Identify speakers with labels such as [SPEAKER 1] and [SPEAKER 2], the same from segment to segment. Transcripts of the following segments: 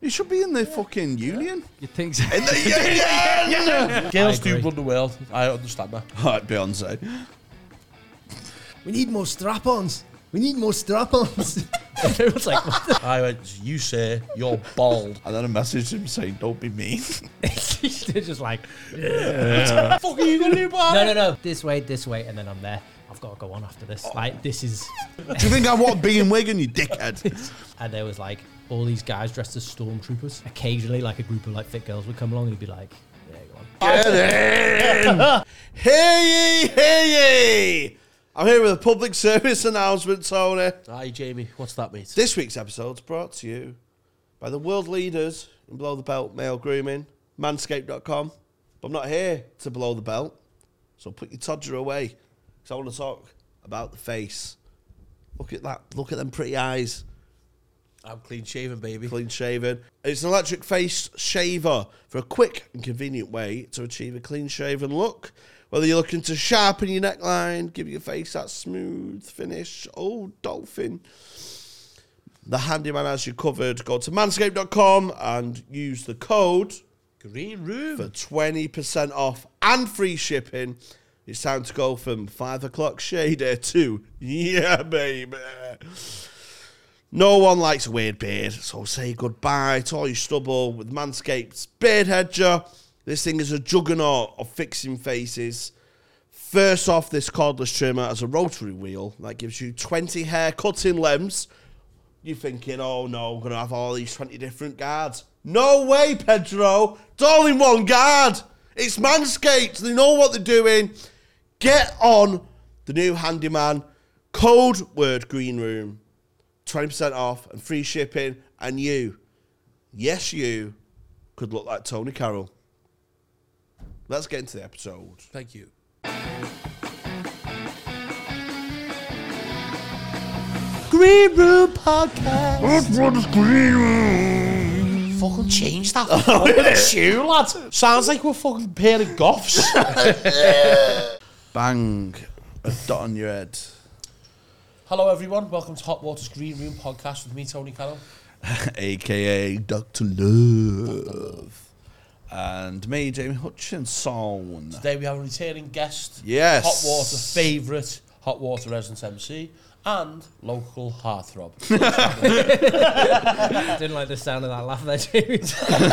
[SPEAKER 1] You should be in the fucking union.
[SPEAKER 2] You think so?
[SPEAKER 1] In the union!
[SPEAKER 3] Girls
[SPEAKER 2] I
[SPEAKER 3] do
[SPEAKER 2] agree.
[SPEAKER 3] run the world. I understand that.
[SPEAKER 1] Alright, Beyonce.
[SPEAKER 4] We need more strap-ons. We need more strap-ons.
[SPEAKER 2] Everyone's like, what the?
[SPEAKER 3] I went, you sir, you're bald.
[SPEAKER 1] And then I messaged him saying, don't be mean.
[SPEAKER 2] They're just like,
[SPEAKER 3] Fuck are you gonna do, Bob?
[SPEAKER 2] no, no, no, this way, this way, and then I'm there. I've got to go on after this. Like, this is.
[SPEAKER 1] Do you think I want being Wigan, you dickhead?
[SPEAKER 2] And there was like all these guys dressed as stormtroopers. Occasionally, like a group of like fit girls would come along and be like, yeah, go on.
[SPEAKER 1] Get in! Hey ye, hey ye! I'm here with a public service announcement, Tony.
[SPEAKER 3] Hi, Jamie. What's that, mate?
[SPEAKER 1] This week's episode's brought to you by the world leaders in Below the Belt male grooming, manscaped.com. But I'm not here to blow the belt, so put your todger away because I want to talk about the face. Look at that. Look at them pretty eyes.
[SPEAKER 3] I'm clean shaven, baby.
[SPEAKER 1] Clean shaven. It's an electric face shaver for a quick and convenient way to achieve a clean shaven look. Whether you're looking to sharpen your neckline, give your face that smooth finish, oh, dolphin. The handyman has you covered. Go to manscaped.com and use the code
[SPEAKER 3] Green room.
[SPEAKER 1] for 20% off and free shipping. It's time to go from 5 o'clock shader to yeah, baby. No one likes a weird beard, so say goodbye to all your stubble with Manscaped's Beard Hedger. This thing is a juggernaut of fixing faces. First off, this cordless trimmer has a rotary wheel that gives you 20 hair cutting lengths. You're thinking, oh no, I'm going to have all these 20 different guards. No way, Pedro! It's all in one guard! It's Manscaped, they know what they're doing. Get on the new handyman, code word green room, 20% off and free shipping, and you, yes, you could look like Tony Carroll. Let's get into the episode.
[SPEAKER 3] Thank you.
[SPEAKER 1] Green Room Podcast.
[SPEAKER 3] Fucking change that fucking shoe, lad. Sounds like we're fucking pair of goths.
[SPEAKER 1] Bang. A dot on your head.
[SPEAKER 3] Hello, everyone. Welcome to Hot Water's Green Room podcast with me, Tony Carroll.
[SPEAKER 1] AKA Dr. Love. And me, Jamie Hutchinson.
[SPEAKER 3] Today we have a returning guest.
[SPEAKER 1] Yes.
[SPEAKER 3] Hot Water favourite, Hot Water resident MC, and local heartthrob.
[SPEAKER 2] I didn't like the sound of that laugh there, Jamie. Especially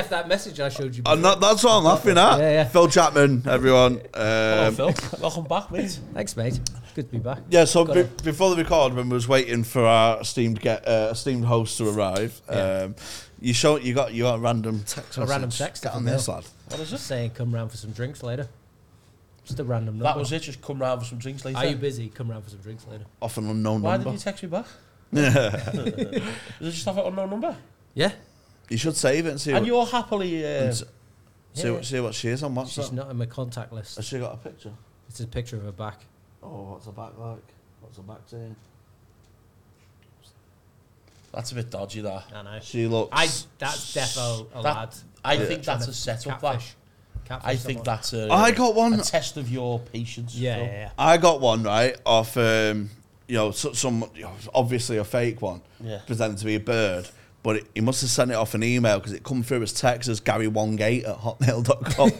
[SPEAKER 2] after that message I showed you.
[SPEAKER 1] And that, that's what I'm laughing at.
[SPEAKER 2] Yeah, yeah.
[SPEAKER 1] Phil Chapman, everyone.
[SPEAKER 3] Hello,
[SPEAKER 1] Um,
[SPEAKER 3] Phil. Welcome back, mate.
[SPEAKER 2] Thanks, mate. Good to be back.
[SPEAKER 1] yeah, so be- before the record, when we was waiting for our esteemed get, uh, esteemed host to arrive, um, you show you got you got a random text.
[SPEAKER 2] A random
[SPEAKER 1] message.
[SPEAKER 2] text
[SPEAKER 1] Get on
[SPEAKER 2] from
[SPEAKER 1] this
[SPEAKER 2] Phil.
[SPEAKER 1] lad.
[SPEAKER 3] What is it?
[SPEAKER 2] Saying come round for some drinks later. Just a random number.
[SPEAKER 3] That was it. Just come round for some drinks later.
[SPEAKER 2] Are you busy? Come round for some drinks later.
[SPEAKER 1] Off an unknown
[SPEAKER 3] Why
[SPEAKER 1] number.
[SPEAKER 3] did you text me back? Did it just have an unknown number?
[SPEAKER 2] Yeah.
[SPEAKER 1] You should save it and see.
[SPEAKER 3] And
[SPEAKER 1] what,
[SPEAKER 3] you're happily. Uh,
[SPEAKER 1] and s- see, what, see what she is on
[SPEAKER 2] She's
[SPEAKER 1] WhatsApp.
[SPEAKER 2] not in my contact list.
[SPEAKER 1] Has she got a picture?
[SPEAKER 2] It's a picture of her back.
[SPEAKER 1] Oh, what's the back like? What's the back saying?
[SPEAKER 3] that's a bit dodgy, that.
[SPEAKER 2] I know.
[SPEAKER 1] She looks.
[SPEAKER 2] I that's defo
[SPEAKER 3] That-
[SPEAKER 2] a lad.
[SPEAKER 3] I
[SPEAKER 2] Yeah.
[SPEAKER 3] think that's a setup, that.
[SPEAKER 2] Catfish. Catfish
[SPEAKER 3] I think
[SPEAKER 2] someone.
[SPEAKER 3] that's a,
[SPEAKER 1] I got one.
[SPEAKER 3] a test of your patience.
[SPEAKER 2] Yeah,
[SPEAKER 3] Phil.
[SPEAKER 2] yeah, yeah.
[SPEAKER 1] I got one right off, um, you know, so- some you know, obviously a fake one,
[SPEAKER 3] Yeah.
[SPEAKER 1] pretending to be a bird. But it, he must have sent it off an email because it come through as text as Gary Wongate at hotmail.com.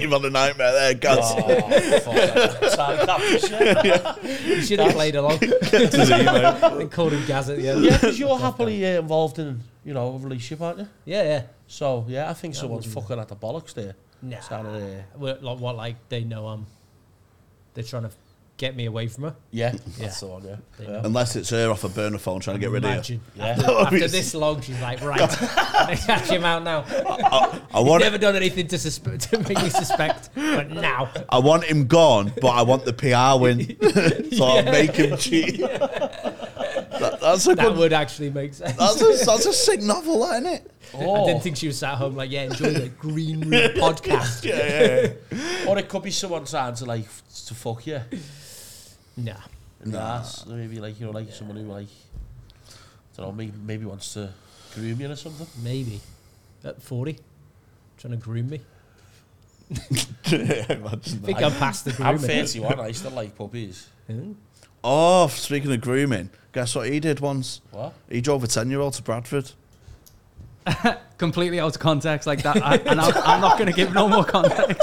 [SPEAKER 1] You've had a nightmare there, guys.
[SPEAKER 3] Oh, fuck. Sorry, catfish, yeah.
[SPEAKER 2] You should have played along.
[SPEAKER 1] His email.
[SPEAKER 2] and called him Gaz at the end.
[SPEAKER 3] Yeah, because you're happily uh, involved in, you know, a relationship, aren't you?
[SPEAKER 2] Yeah, yeah.
[SPEAKER 3] So, yeah, I think someone's fucking at the bollocks there.
[SPEAKER 2] Nah.
[SPEAKER 3] Sounded, uh,
[SPEAKER 2] Well, Like, what, like, they know I'm. They're trying to get me away from her.
[SPEAKER 3] yeah, that's the one, yeah.
[SPEAKER 2] They
[SPEAKER 3] yeah.
[SPEAKER 2] know.
[SPEAKER 1] Unless it's her off a burner phone trying to get rid of you.
[SPEAKER 2] Imagine.
[SPEAKER 3] Yeah.
[SPEAKER 2] After,
[SPEAKER 1] That would be
[SPEAKER 2] after
[SPEAKER 1] s-
[SPEAKER 2] this long, she's like, right, they catch him out now.
[SPEAKER 1] I, I want
[SPEAKER 2] Never done anything to, suspe- to make me suspect, but now.
[SPEAKER 1] I want him gone, but I want the PR win. so I'll make him cheat. That- that's a
[SPEAKER 2] That
[SPEAKER 1] good.
[SPEAKER 2] would actually make sense.
[SPEAKER 1] That's a, that's a sick novel, isn't it?
[SPEAKER 2] I
[SPEAKER 3] Or,
[SPEAKER 2] didn't think she was sat at home like, yeah, enjoy the Green Room podcast.
[SPEAKER 3] or it could be someone trying to, like, f- to fuck you.
[SPEAKER 2] Nah.
[SPEAKER 3] Nah. That's maybe, like, you know, like someone who, like, I don't know, maybe, maybe wants to groom you or something.
[SPEAKER 2] Maybe. At 40. Trying to groom me.
[SPEAKER 1] Imagine
[SPEAKER 2] I think I'm past the grooming.
[SPEAKER 3] I'm 31, I still like puppies.
[SPEAKER 2] Hmm?
[SPEAKER 1] Oh, speaking of grooming, guess what he did once?
[SPEAKER 3] What?
[SPEAKER 1] He drove a 10 year old to Bradford.
[SPEAKER 5] completely out of context like that, I, and I'm, I'm not going to give no more context.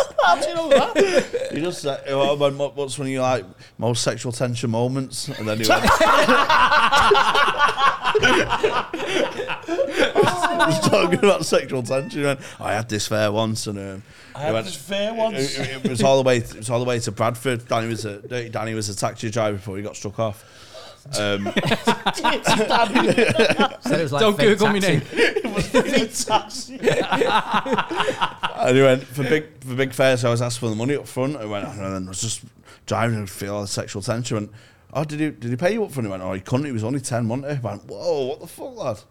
[SPEAKER 1] He just said, "Oh, when- what- what's one of your like, most sexual tension moments? And then he went, He's talking about sexual tension. He went, I had this fair once, and um,
[SPEAKER 3] I
[SPEAKER 1] he
[SPEAKER 3] had
[SPEAKER 1] went-
[SPEAKER 3] this fair
[SPEAKER 1] It,
[SPEAKER 3] once.
[SPEAKER 1] it- it was all the way. It was all the way to Bradford. Danny was a Danny was a taxi driver before he got struck off. Um,
[SPEAKER 2] Said it was like
[SPEAKER 5] Don't
[SPEAKER 2] fake
[SPEAKER 5] Google me
[SPEAKER 2] taxi.
[SPEAKER 5] name.
[SPEAKER 1] And he went for big for big fares. I was asked for the money up front. I went and then I was just driving and feel all the sexual tension. And oh, did he did he pay you up front? He went, oh, he couldn't. He was only ten, wasn't he? I went, whoa, what the fuck, lad?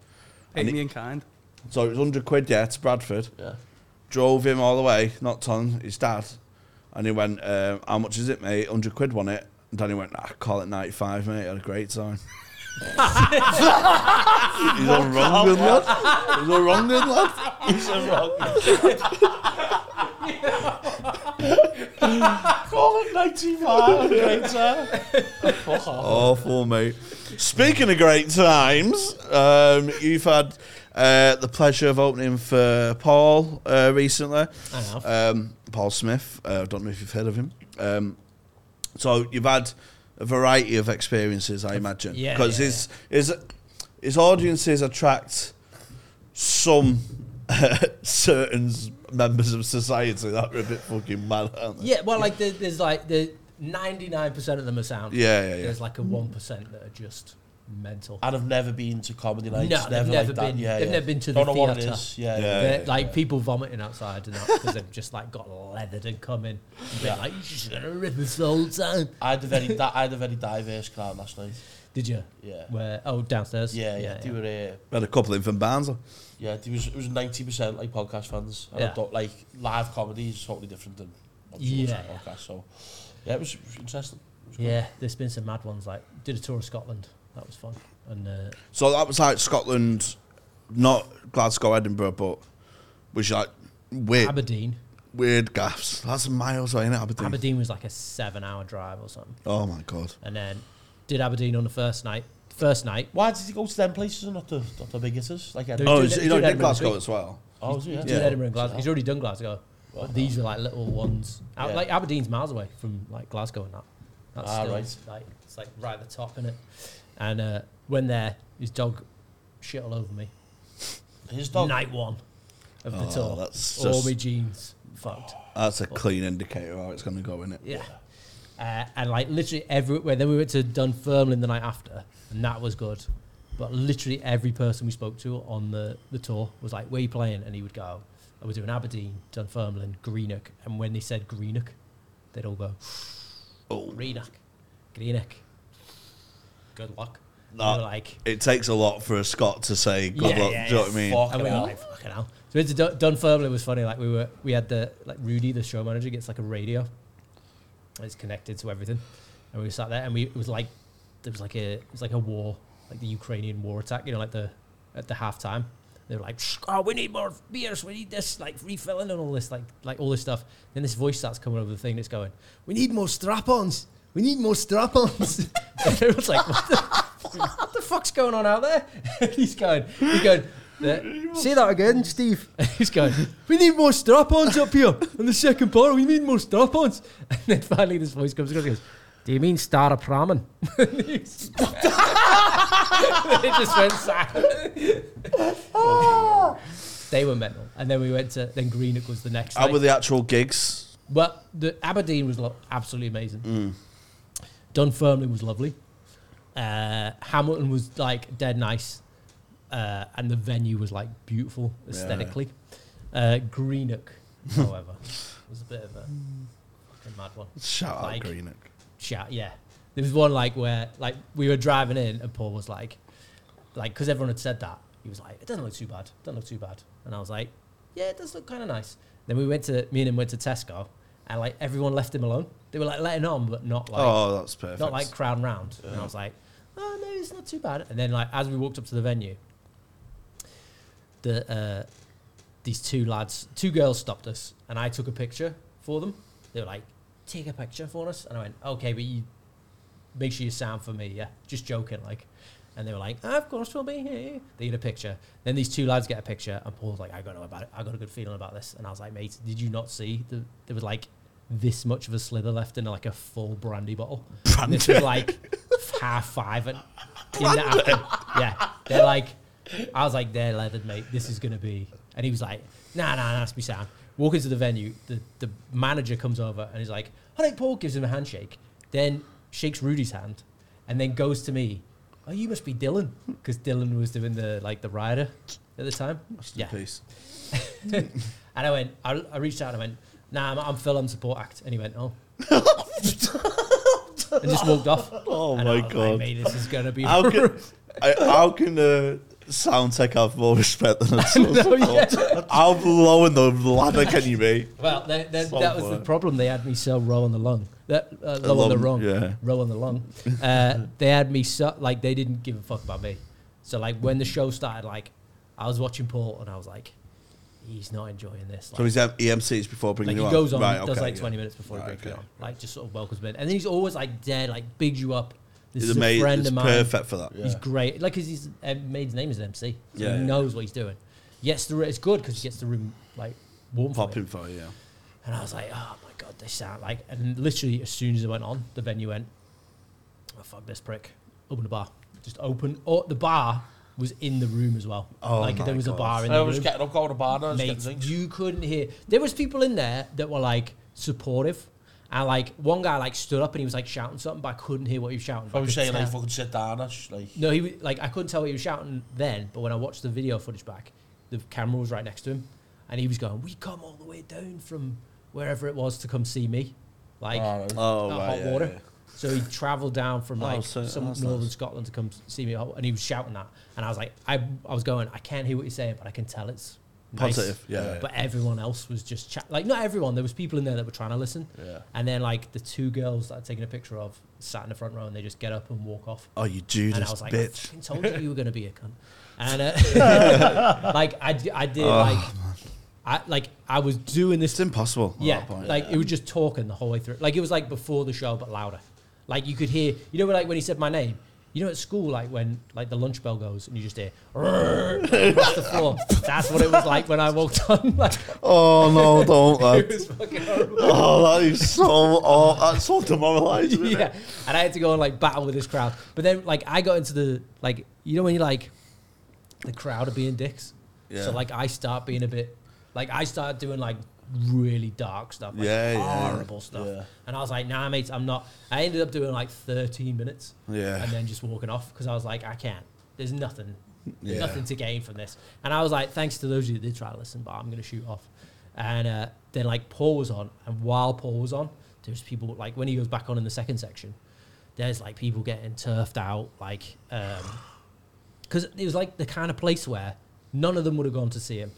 [SPEAKER 5] Hate me in kind.
[SPEAKER 1] So it was hundred quid yeah to Bradford.
[SPEAKER 3] Yeah.
[SPEAKER 1] Drove him all the way, knocked on his dad, and he went, um, how much is it, mate? Hundred quid, won it. And Danny went, ah, call it ninety five, mate. I had a great time. He's all wrong, good lad. He's all wrong, good lad.
[SPEAKER 3] It's a wrong.
[SPEAKER 1] Awful, mate. Speaking of great times, um, you've had uh, the pleasure of opening for Paul uh, recently.
[SPEAKER 2] I have.
[SPEAKER 1] Um, Paul Smith. Uh, I don't know if you've heard of him. Um, so you've had a variety of experiences, I imagine.
[SPEAKER 2] yeah,
[SPEAKER 1] Because
[SPEAKER 2] yeah,
[SPEAKER 1] his, his, his audiences attract some certain members of society that are a bit fucking mad, aren't they?
[SPEAKER 2] Yeah, well, like there, there's like the 99% of them are sound.
[SPEAKER 1] Yeah, yeah, yeah.
[SPEAKER 2] There's like a 1% that are just mental.
[SPEAKER 3] And I've never been to comedy nights.
[SPEAKER 2] No, they've
[SPEAKER 3] never,
[SPEAKER 2] never
[SPEAKER 3] like that.
[SPEAKER 2] been-
[SPEAKER 3] Yeah,
[SPEAKER 2] they've
[SPEAKER 3] yeah.
[SPEAKER 2] never been to
[SPEAKER 3] Don't
[SPEAKER 2] the
[SPEAKER 3] know what it
[SPEAKER 2] theatre.
[SPEAKER 3] is. Yeah,
[SPEAKER 1] Yeah.
[SPEAKER 3] yeah.
[SPEAKER 2] They're, like people vomiting outside and that because they've just like got leathered and come in. And been like, you just gonna rip us the whole time.
[SPEAKER 3] I had a very, di- I had a very diverse crowd last night.
[SPEAKER 2] Did you?
[SPEAKER 3] Yeah,
[SPEAKER 2] Where? Oh, downstairs.
[SPEAKER 3] yeah, yeah. They were, uh,
[SPEAKER 1] We had a couple in from Barnes.
[SPEAKER 3] yeah, they was, it was ninety percent like podcast fans. And
[SPEAKER 2] Yeah.
[SPEAKER 3] I thought like live comedy is totally different than obviously
[SPEAKER 2] Yeah,
[SPEAKER 3] what's on podcast. So, yeah, it was, it was interesting. It was good.
[SPEAKER 2] Yeah, there's been some mad ones. Like did a tour of Scotland. That was fun. And uh,
[SPEAKER 1] So that was like Scotland, not Glasgow, Edinburgh, but was like weird,
[SPEAKER 2] Aberdeen.
[SPEAKER 1] weird gaffs. That's miles away in Aberdeen.
[SPEAKER 2] Aberdeen was like a seven-hour drive or something.
[SPEAKER 1] Oh my god!
[SPEAKER 2] And then did Aberdeen on the first night. First night.
[SPEAKER 3] Why did you go to them places and not the not the big hitters? Like,
[SPEAKER 2] They
[SPEAKER 3] Edinburgh?
[SPEAKER 1] Oh,
[SPEAKER 2] do
[SPEAKER 1] is,
[SPEAKER 2] that-
[SPEAKER 1] you know,
[SPEAKER 2] do
[SPEAKER 1] did
[SPEAKER 2] Edinburgh
[SPEAKER 1] Glasgow
[SPEAKER 2] too.
[SPEAKER 1] as well.
[SPEAKER 3] oh, was it?
[SPEAKER 2] He
[SPEAKER 3] Yeah.
[SPEAKER 2] did
[SPEAKER 1] Yeah.
[SPEAKER 2] Edinburgh and Glasgow. He's already done Glasgow. But These are like little ones. Out,
[SPEAKER 3] Yeah.
[SPEAKER 2] Like Aberdeen's miles away from like Glasgow and that. That's
[SPEAKER 3] Ah,
[SPEAKER 2] still,
[SPEAKER 3] right.
[SPEAKER 2] Like it's like right at the top in it. And uh, when there, his dog shit all over me.
[SPEAKER 3] His dog. Ah,
[SPEAKER 2] Night one of the
[SPEAKER 1] Oh,
[SPEAKER 2] tour.
[SPEAKER 1] that's
[SPEAKER 2] all
[SPEAKER 1] just-
[SPEAKER 2] my jeans fucked.
[SPEAKER 1] That's a clean indicator how it's going to go, isn't it?
[SPEAKER 2] Yeah. Uh, and like literally everywhere. Then we went to Dunfermline the night after, and that was good. But literally every person we spoke to on the, the tour was like, "Where you playing?" And he would go, "I was doing Aberdeen, Dunfermline, Greenock." And when they said Greenock, they'd all go,
[SPEAKER 1] Oh,
[SPEAKER 2] "Greenock, Greenock." Good luck. And
[SPEAKER 1] Nah.
[SPEAKER 2] we were like,
[SPEAKER 1] it takes a lot for a Scot to say good
[SPEAKER 2] Yeah,
[SPEAKER 1] luck.
[SPEAKER 2] yeah,
[SPEAKER 1] do you know what I mean?
[SPEAKER 3] Fucking
[SPEAKER 2] and we were
[SPEAKER 3] hell.
[SPEAKER 2] like, "Fucking hell!" So it's Dun- Dunfermline was funny. Like we were, we had the like Rudy, the show manager, gets like a radio. And it's connected to everything, and we sat there, and we it was like there was like a it was like a war, like the Ukrainian war attack. You know, like the at the halftime, they were like, "Oh, we need more beers. We need this like refilling and all this like like all this stuff." Then this voice starts coming over the thing that's going,
[SPEAKER 4] We need more strap ons. We need more strap ons.
[SPEAKER 2] Everyone's like, what the, what the fuck's going on out there? And he's going, he's going, "The- say that again, Steve. And he's going, we need more strap-ons up here on the second bar. We need more strap-ons. And then finally this voice comes across and goes, do you mean star of pramen? And he's- it just went silent. they were mental. And then we went to, then Greenock was the next
[SPEAKER 1] How
[SPEAKER 2] night.
[SPEAKER 1] were the actual gigs?
[SPEAKER 2] Well, the Aberdeen was lo- absolutely amazing. Dunfermline was lovely. Uh, Hamilton was like dead nice, uh, and the venue was like beautiful aesthetically. Uh, Greenock, however, was a bit of a fucking mad one.
[SPEAKER 1] Shout out
[SPEAKER 2] Like-
[SPEAKER 1] Greenock.
[SPEAKER 2] Chat, yeah. There was one like where like we were driving in, and Paul was like, like because everyone had said that, he was like, it doesn't look too bad, doesn't look too bad, and I was like, yeah, it does look kind of nice. Then we went to me and him went to Tesco, and like everyone left him alone. They were like letting on, but not like
[SPEAKER 1] oh, that's perfect.
[SPEAKER 2] not like crown round. And I was like, oh, no, it's not too bad. And then like as we walked up to the venue, the uh, these two lads, two girls stopped us, and I took a picture for them. They were like, take a picture for us, and I went, okay, but you make sure you sound for me, yeah. Just joking, like. And they were like, "Of course we'll be here." They get a picture. Then these two lads get a picture, and Paul's like, "I don't know about it. I got a good feeling about this." And I was like, "Mate, did you not see the, there was like this much of a slither left in like a full brandy bottle? And this was like half five and in the afternoon. Yeah, they're like, I was like, they're leathered, mate. This is gonna be." And he was like, "Nah, nah, nah, it's be sound." Walk into the venue. The the manager comes over and he's like, "All right, Paul." Gives him a handshake. Then shakes Rudy's hand, and then goes to me. Oh, you must be Dylan, because Dylan was doing the like the rider at the time. Yeah,
[SPEAKER 1] Peace.
[SPEAKER 2] and I went, I, I reached out and I went, nah, I'm, I'm Phil, I'm support act. And he went, oh. and just walked off.
[SPEAKER 1] Oh
[SPEAKER 2] and
[SPEAKER 1] my
[SPEAKER 2] I was
[SPEAKER 1] God.
[SPEAKER 2] Like, Mate, this is going to be.
[SPEAKER 1] How can I, how can the sound tech have more respect than a no, How low in the ladder can you be?
[SPEAKER 2] well, they, they,
[SPEAKER 1] So
[SPEAKER 2] that was the
[SPEAKER 1] boring.
[SPEAKER 2] problem. They had me so row on the lung. That, uh, low on the
[SPEAKER 1] lung,
[SPEAKER 2] wrong.
[SPEAKER 1] yeah.
[SPEAKER 2] Row on the lung. Uh, they had me so, like, they didn't give a fuck about me. So, like, when the show started, like, I was watching Paul and I was like, he's not enjoying this. Like,
[SPEAKER 1] So he's at EMCs before bringing
[SPEAKER 2] Like
[SPEAKER 1] you
[SPEAKER 2] he
[SPEAKER 1] up.
[SPEAKER 2] goes on,
[SPEAKER 1] Right,
[SPEAKER 2] does
[SPEAKER 1] okay,
[SPEAKER 2] like
[SPEAKER 1] yeah.
[SPEAKER 2] 20 minutes before he
[SPEAKER 1] Right,
[SPEAKER 2] brings you
[SPEAKER 1] okay.
[SPEAKER 2] on. Like just sort of welcomes me, in. and then he's always like there, like bigs you up. This
[SPEAKER 1] He's
[SPEAKER 2] is a
[SPEAKER 1] amazing.
[SPEAKER 2] friend
[SPEAKER 1] It's
[SPEAKER 2] of mine.
[SPEAKER 1] perfect for that.
[SPEAKER 2] He's
[SPEAKER 3] Yeah.
[SPEAKER 2] great. Like because he's uh, made his name as an MC, so
[SPEAKER 1] Yeah,
[SPEAKER 2] he
[SPEAKER 1] yeah.
[SPEAKER 2] knows what he's doing. Yes, the it's good because he gets the room like warm. for
[SPEAKER 1] Popping
[SPEAKER 2] him.
[SPEAKER 1] for you, yeah.
[SPEAKER 2] And I was like, oh my god, they sound like. And literally as soon as it went on, the venue went, oh fuck this prick, open the bar, just open. Or the bar was in the room as well.
[SPEAKER 1] Oh
[SPEAKER 2] like
[SPEAKER 1] my
[SPEAKER 2] there was a
[SPEAKER 1] God.
[SPEAKER 2] bar in
[SPEAKER 3] I
[SPEAKER 2] the
[SPEAKER 3] was
[SPEAKER 2] room.
[SPEAKER 3] getting up, going to bar now, just getting
[SPEAKER 2] Mate,
[SPEAKER 3] things.
[SPEAKER 2] you couldn't hear. There was people in there that were like supportive, and like one guy like stood up and he was like shouting something, but I couldn't hear what he was shouting. but I
[SPEAKER 3] I was
[SPEAKER 2] could
[SPEAKER 3] saying, like,
[SPEAKER 2] tell-
[SPEAKER 3] fucking sit down, that's just like...
[SPEAKER 2] no, he was, like I couldn't tell what he was shouting then, but when I watched the video footage back, the camera was right next to him, and he was going, "We come all the way down from wherever it was to come see me, like
[SPEAKER 3] Oh, no.
[SPEAKER 1] Oh,
[SPEAKER 2] uh,
[SPEAKER 1] right,
[SPEAKER 2] hot
[SPEAKER 1] yeah,
[SPEAKER 2] water."
[SPEAKER 1] yeah.
[SPEAKER 2] So he travelled down from
[SPEAKER 1] Oh,
[SPEAKER 2] like
[SPEAKER 1] so-
[SPEAKER 2] some
[SPEAKER 1] that's
[SPEAKER 2] northern
[SPEAKER 1] nice.
[SPEAKER 2] Scotland to come s- see me, and he was shouting that, and I was like, I, I was going, I can't hear what you're saying, but I can tell it's nice."
[SPEAKER 1] Positive, yeah, yeah.
[SPEAKER 2] But everyone else was just chat. Like not everyone, there was people in there that were trying to listen,
[SPEAKER 1] Yeah.
[SPEAKER 2] and then like the two girls that I'd taken a picture of sat in the front row, and they just get up and walk off.
[SPEAKER 1] Oh, you
[SPEAKER 2] And
[SPEAKER 1] Judas
[SPEAKER 2] I was like, I
[SPEAKER 1] bitch.
[SPEAKER 2] fucking told you you were going to be a cunt. And uh, like I, d- I did like I like I was doing this.
[SPEAKER 1] It's impossible. at
[SPEAKER 2] yeah,
[SPEAKER 1] that point.
[SPEAKER 2] like it was just talking the whole way through. Like it was like before the show, but louder. Like you could hear, you know, like when he said my name. You know, at school, like when like the lunch bell goes and you just hear "Rrrr" across the floor. That's what it was like when I walked on. Like
[SPEAKER 1] Oh no, don't
[SPEAKER 2] it
[SPEAKER 1] lad.
[SPEAKER 2] was fucking horrible.
[SPEAKER 1] Oh, that is so. Oh, that's so demoralising. isn't it?
[SPEAKER 2] yeah, and I had to go and like battle with this crowd. But then like I got into the like you know when you like the crowd are being dicks.
[SPEAKER 1] Yeah.
[SPEAKER 2] So like I start being a bit like I start doing like really dark stuff, like
[SPEAKER 1] Yeah, yeah.
[SPEAKER 2] horrible stuff.
[SPEAKER 1] Yeah.
[SPEAKER 2] And I was like, nah, mate, I'm not. I ended up doing like 13 minutes,
[SPEAKER 1] Yeah.
[SPEAKER 2] and then just walking off because I was like, I can't. There's nothing, there's
[SPEAKER 1] Yeah.
[SPEAKER 2] nothing to gain from this. And I was like, thanks to those who did try to listen, but I'm gonna shoot off. And uh, then like Paul was on, and while Paul was on, there's people like when he goes back on in the second section, there's like people getting turfed out, like because it was like the kind of place where none of them would have gone to see him,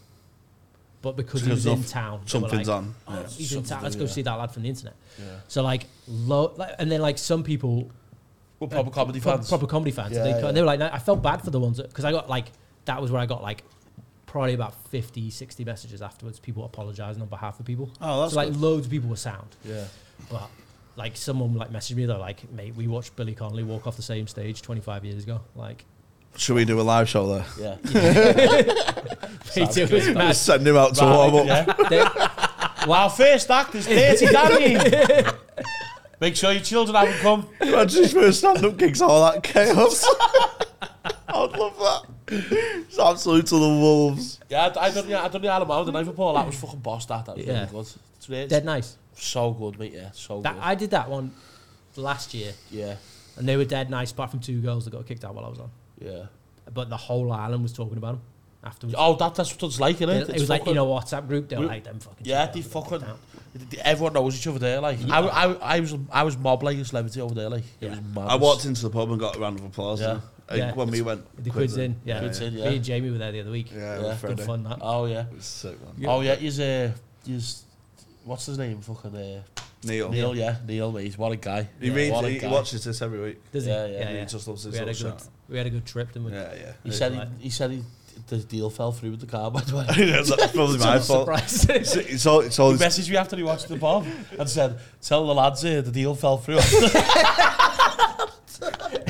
[SPEAKER 2] but because he
[SPEAKER 1] Because
[SPEAKER 2] was in
[SPEAKER 1] of
[SPEAKER 2] town, they were
[SPEAKER 1] Something's
[SPEAKER 2] like,
[SPEAKER 1] on.
[SPEAKER 2] Oh, he's in town.
[SPEAKER 3] something,
[SPEAKER 2] Let's go
[SPEAKER 3] yeah.
[SPEAKER 2] see that lad from the internet.
[SPEAKER 3] Yeah.
[SPEAKER 2] So like, lo- like, and then like some people,
[SPEAKER 3] We're proper comedy
[SPEAKER 2] pro-
[SPEAKER 3] fans.
[SPEAKER 2] proper comedy fans,
[SPEAKER 3] Yeah,
[SPEAKER 2] they,
[SPEAKER 3] yeah.
[SPEAKER 2] and they were like, I felt bad for the ones because I got like that was where I got like probably about 50, 60 messages afterwards. People apologising on behalf of people.
[SPEAKER 1] Oh, that's
[SPEAKER 2] so like
[SPEAKER 1] good.
[SPEAKER 2] loads of people were sound,
[SPEAKER 3] Yeah.
[SPEAKER 2] but like someone like messaged me they're like, mate, we watched Billy Connolly walk off the same stage twenty five years ago. Like,
[SPEAKER 1] Should we do a live show there?
[SPEAKER 3] Yeah.
[SPEAKER 2] mate, it was mad.
[SPEAKER 1] Send him out to
[SPEAKER 3] Right,
[SPEAKER 1] warm up.
[SPEAKER 3] yeah.
[SPEAKER 2] They-
[SPEAKER 3] Well, first act is Dirty Danny. Make sure your children haven't come.
[SPEAKER 1] Imagine his first stand-up gigs, all that chaos. I'd love that. It's absolute to the wolves.
[SPEAKER 3] Yeah, I, I don't know. I don't know how about the night for Paul. That was fucking boss. That that was
[SPEAKER 2] Yeah.
[SPEAKER 3] really good. It's really-
[SPEAKER 2] Dead nice.
[SPEAKER 3] so good, mate. Yeah, so
[SPEAKER 2] That
[SPEAKER 3] good.
[SPEAKER 2] I did that one last year,
[SPEAKER 3] yeah,
[SPEAKER 2] and they were dead nice, apart from two girls that got kicked out while I was on.
[SPEAKER 3] yeah.
[SPEAKER 2] but the whole island was talking about him afterwards.
[SPEAKER 3] Oh, that that's what it's like, innit?
[SPEAKER 2] They-
[SPEAKER 3] It's
[SPEAKER 2] it was like
[SPEAKER 3] fucking-
[SPEAKER 2] in a WhatsApp group. They were
[SPEAKER 3] We-
[SPEAKER 2] like them fucking.
[SPEAKER 3] Yeah,
[SPEAKER 2] shit
[SPEAKER 3] they
[SPEAKER 2] down, they're
[SPEAKER 3] fucking.
[SPEAKER 2] down.
[SPEAKER 3] Everyone knows each other there. Like I, I, I was, I was mob like a celebrity over there. Like it
[SPEAKER 2] Yeah.
[SPEAKER 3] was mad.
[SPEAKER 1] I walked into the pub and got a round of applause.
[SPEAKER 3] Yeah.
[SPEAKER 1] and
[SPEAKER 2] Yeah.
[SPEAKER 1] When we went,
[SPEAKER 2] The quids in, yeah.
[SPEAKER 3] Quids in, yeah.
[SPEAKER 2] Me and Jamie were there the other week.
[SPEAKER 1] Yeah, with
[SPEAKER 3] Yeah. Good
[SPEAKER 2] Good
[SPEAKER 1] Freddie.
[SPEAKER 2] fun that.
[SPEAKER 3] Oh yeah.
[SPEAKER 1] It was sick, man.
[SPEAKER 3] Oh yeah. He's uh, he's what's his name? Fucking uh,
[SPEAKER 1] Neil.
[SPEAKER 3] Neil. Yeah, Neil. Mate, what a guy.
[SPEAKER 1] He,
[SPEAKER 3] yeah,
[SPEAKER 1] reads,
[SPEAKER 3] what a
[SPEAKER 1] he, he
[SPEAKER 3] guy.
[SPEAKER 1] watches this every week.
[SPEAKER 2] Does he?
[SPEAKER 3] Yeah, yeah,
[SPEAKER 1] he just loves his
[SPEAKER 2] we had a
[SPEAKER 1] little
[SPEAKER 2] good.
[SPEAKER 1] shout.
[SPEAKER 2] We had a good trip, didn't we?
[SPEAKER 1] Yeah, yeah.
[SPEAKER 3] He said
[SPEAKER 2] Right.
[SPEAKER 3] he, he said he, the deal fell through with the car. By the way.
[SPEAKER 1] That's probably my fault.
[SPEAKER 2] Surprise.
[SPEAKER 1] It's, it's all. It's all.
[SPEAKER 3] He messaged me after he watched the bomb and said, "Tell the lads here the deal fell through."
[SPEAKER 2] Is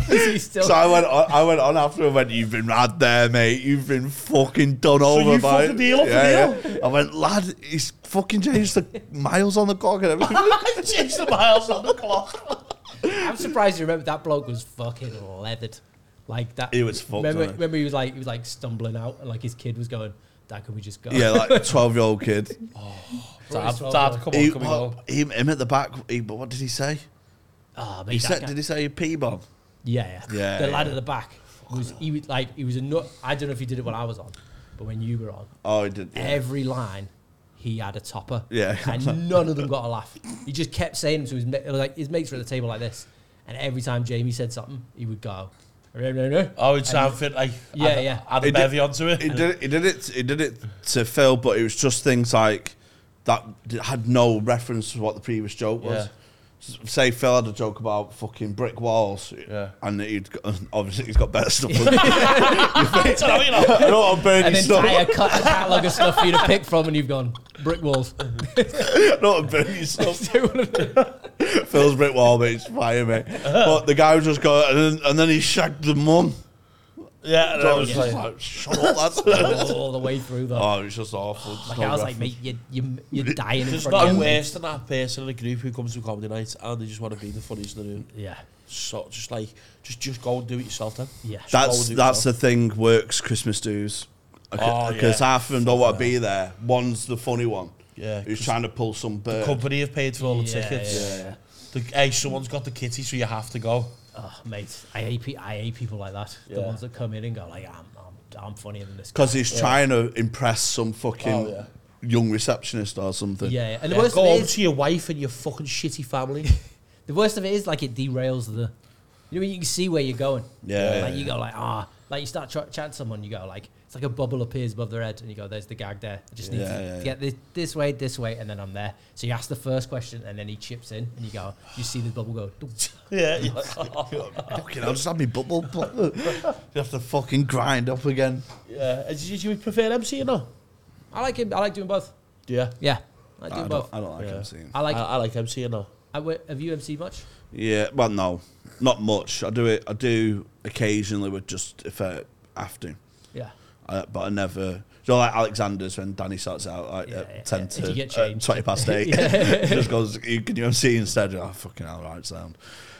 [SPEAKER 2] he still?
[SPEAKER 1] So I went, on, I went on after and went, "You've been mad there, mate. You've been fucking done over
[SPEAKER 3] you
[SPEAKER 1] by."
[SPEAKER 3] fucking deal up
[SPEAKER 1] yeah,
[SPEAKER 3] with
[SPEAKER 1] yeah. I went, lad, he's fucking changed the miles on the clock and everything.
[SPEAKER 3] Changed the miles on the clock.
[SPEAKER 2] I'm surprised you remember that bloke was fucking leathered, like that.
[SPEAKER 1] He was fucked,
[SPEAKER 2] Remember,
[SPEAKER 1] wasn't he?
[SPEAKER 2] remember he was like he was like stumbling out, and like his kid was going, "Dad, can we just go?"
[SPEAKER 1] yeah, like twelve-year-old kid.
[SPEAKER 3] Dad,
[SPEAKER 2] Dad,
[SPEAKER 3] dad, come
[SPEAKER 1] He,
[SPEAKER 3] on, come on.
[SPEAKER 1] what- him, him at the back. He, but what did he say?
[SPEAKER 2] Ah, mate,
[SPEAKER 1] He
[SPEAKER 2] that
[SPEAKER 1] said,
[SPEAKER 2] guy-
[SPEAKER 1] "Did he say a p bomb?"
[SPEAKER 2] Yeah, yeah.
[SPEAKER 1] Yeah,
[SPEAKER 2] The lad
[SPEAKER 1] yeah.
[SPEAKER 2] at the back was he was like he was a nut. I don't know if he did it when I was on, but when you were on,
[SPEAKER 1] Oh, he did. Yeah.
[SPEAKER 2] every line he had a topper.
[SPEAKER 1] Yeah.
[SPEAKER 2] and none of them got a laugh. He just kept saying them to his ma- like his mates were at the table like this, and every time Jamie said something, he would go, "No, no, no."
[SPEAKER 3] Oh, it's sound fit. Like,
[SPEAKER 2] Yeah,
[SPEAKER 3] add, a-
[SPEAKER 2] yeah.
[SPEAKER 3] Add a
[SPEAKER 1] It did-
[SPEAKER 3] bevy onto it.
[SPEAKER 1] He did. He did it. He did it to Phil, but it was just things like that d- had no reference to what the previous joke was.
[SPEAKER 3] Yeah.
[SPEAKER 1] S- Say Phil had a joke about fucking brick walls,
[SPEAKER 3] Yeah.
[SPEAKER 1] and he'd got, obviously he's got better stuff. than- I
[SPEAKER 3] It's all, you know.
[SPEAKER 1] don't want to burn
[SPEAKER 2] An
[SPEAKER 1] his stuff.
[SPEAKER 2] entire
[SPEAKER 1] I
[SPEAKER 2] cut, catalog of stuff for you to pick from, and you've gone brick walls.
[SPEAKER 1] don't want to burn his stuff. Phil's brick wall, mate, it's fire, mate. But the guy was just going, and then, and then he shagged the mum.
[SPEAKER 3] Yeah, and I
[SPEAKER 1] So I
[SPEAKER 3] was
[SPEAKER 1] was
[SPEAKER 3] like,
[SPEAKER 1] just like, shut up, lad."
[SPEAKER 2] all the way through though.
[SPEAKER 1] Oh, it was just awful. Just
[SPEAKER 2] like
[SPEAKER 1] no
[SPEAKER 2] I was like,
[SPEAKER 1] reference.
[SPEAKER 2] mate, you, you, you're dying in
[SPEAKER 3] there's
[SPEAKER 2] front
[SPEAKER 3] nothing
[SPEAKER 2] of me.
[SPEAKER 3] worse than that person in a group who comes to comedy night and they just want to be the funniest in the room.
[SPEAKER 2] Yeah,
[SPEAKER 3] So just like, just just go and do it yourself then.
[SPEAKER 2] yeah.
[SPEAKER 3] Just go and
[SPEAKER 1] That's
[SPEAKER 3] do it
[SPEAKER 1] that's
[SPEAKER 3] yourself.
[SPEAKER 1] the thing. Works Christmas dues
[SPEAKER 3] Oh,
[SPEAKER 1] because
[SPEAKER 3] yeah.
[SPEAKER 1] half of them don't want to be there. One's the funny one
[SPEAKER 3] yeah.
[SPEAKER 1] who's
[SPEAKER 3] 'cause
[SPEAKER 1] trying to pull some
[SPEAKER 3] the
[SPEAKER 1] bird.
[SPEAKER 3] company have paid for all the
[SPEAKER 2] Yeah,
[SPEAKER 3] tickets.
[SPEAKER 2] yeah,
[SPEAKER 3] The, hey, someone's got the kitty, so you have to go.
[SPEAKER 2] Oh, mate, I hate, pe- I hate people like that. The
[SPEAKER 3] Yeah.
[SPEAKER 2] ones that come in and go like, I'm, I'm, I'm funnier than this. Guy.
[SPEAKER 1] because he's trying to impress some fucking
[SPEAKER 3] Oh, yeah.
[SPEAKER 1] young receptionist or something.
[SPEAKER 2] Yeah, yeah. and the
[SPEAKER 3] Yeah,
[SPEAKER 2] worst
[SPEAKER 3] go
[SPEAKER 2] of it
[SPEAKER 3] home
[SPEAKER 2] is,
[SPEAKER 3] to your wife and your fucking shitty family.
[SPEAKER 2] the worst of it is like it derails the. You know, you can see where you're going.
[SPEAKER 1] Yeah, yeah,
[SPEAKER 2] like you go like ah, like you start ch- chatting to someone, you go like it's like a bubble appears above their head, and you go, "There's the gag there. I just need
[SPEAKER 1] Yeah,
[SPEAKER 2] to,
[SPEAKER 1] yeah,
[SPEAKER 2] to get this, this way, this way, and then I'm there." So you ask the first question, and then he chips in, and you go, "You see the bubble go." dunk.
[SPEAKER 3] yeah, you're like,
[SPEAKER 1] fucking, I'll just have me bubble. pop. you have to fucking grind up again.
[SPEAKER 3] yeah. Uh, Do you, do you prefer MC or no?
[SPEAKER 2] I like him. I like doing both.
[SPEAKER 3] Yeah.
[SPEAKER 2] Yeah, I like
[SPEAKER 1] I
[SPEAKER 2] doing
[SPEAKER 1] don't,
[SPEAKER 2] both.
[SPEAKER 1] I don't like
[SPEAKER 3] Yeah.
[SPEAKER 1] him seeing.
[SPEAKER 2] I like.
[SPEAKER 3] I, I like MC or no.
[SPEAKER 2] I w- have you MC much?
[SPEAKER 1] Yeah, well, no, not much. I do it. I do occasionally with just if I have to,
[SPEAKER 2] Yeah.
[SPEAKER 1] uh, but I never. You know, like Alexander's when Danny starts out like
[SPEAKER 2] Yeah,
[SPEAKER 1] at
[SPEAKER 2] yeah,
[SPEAKER 1] ten
[SPEAKER 2] yeah.
[SPEAKER 1] to
[SPEAKER 2] You get
[SPEAKER 1] uh,
[SPEAKER 2] changed.
[SPEAKER 1] twenty past eight. He just goes, "You- "Can you MC instead?" You're like, Oh, fucking hell, right sound.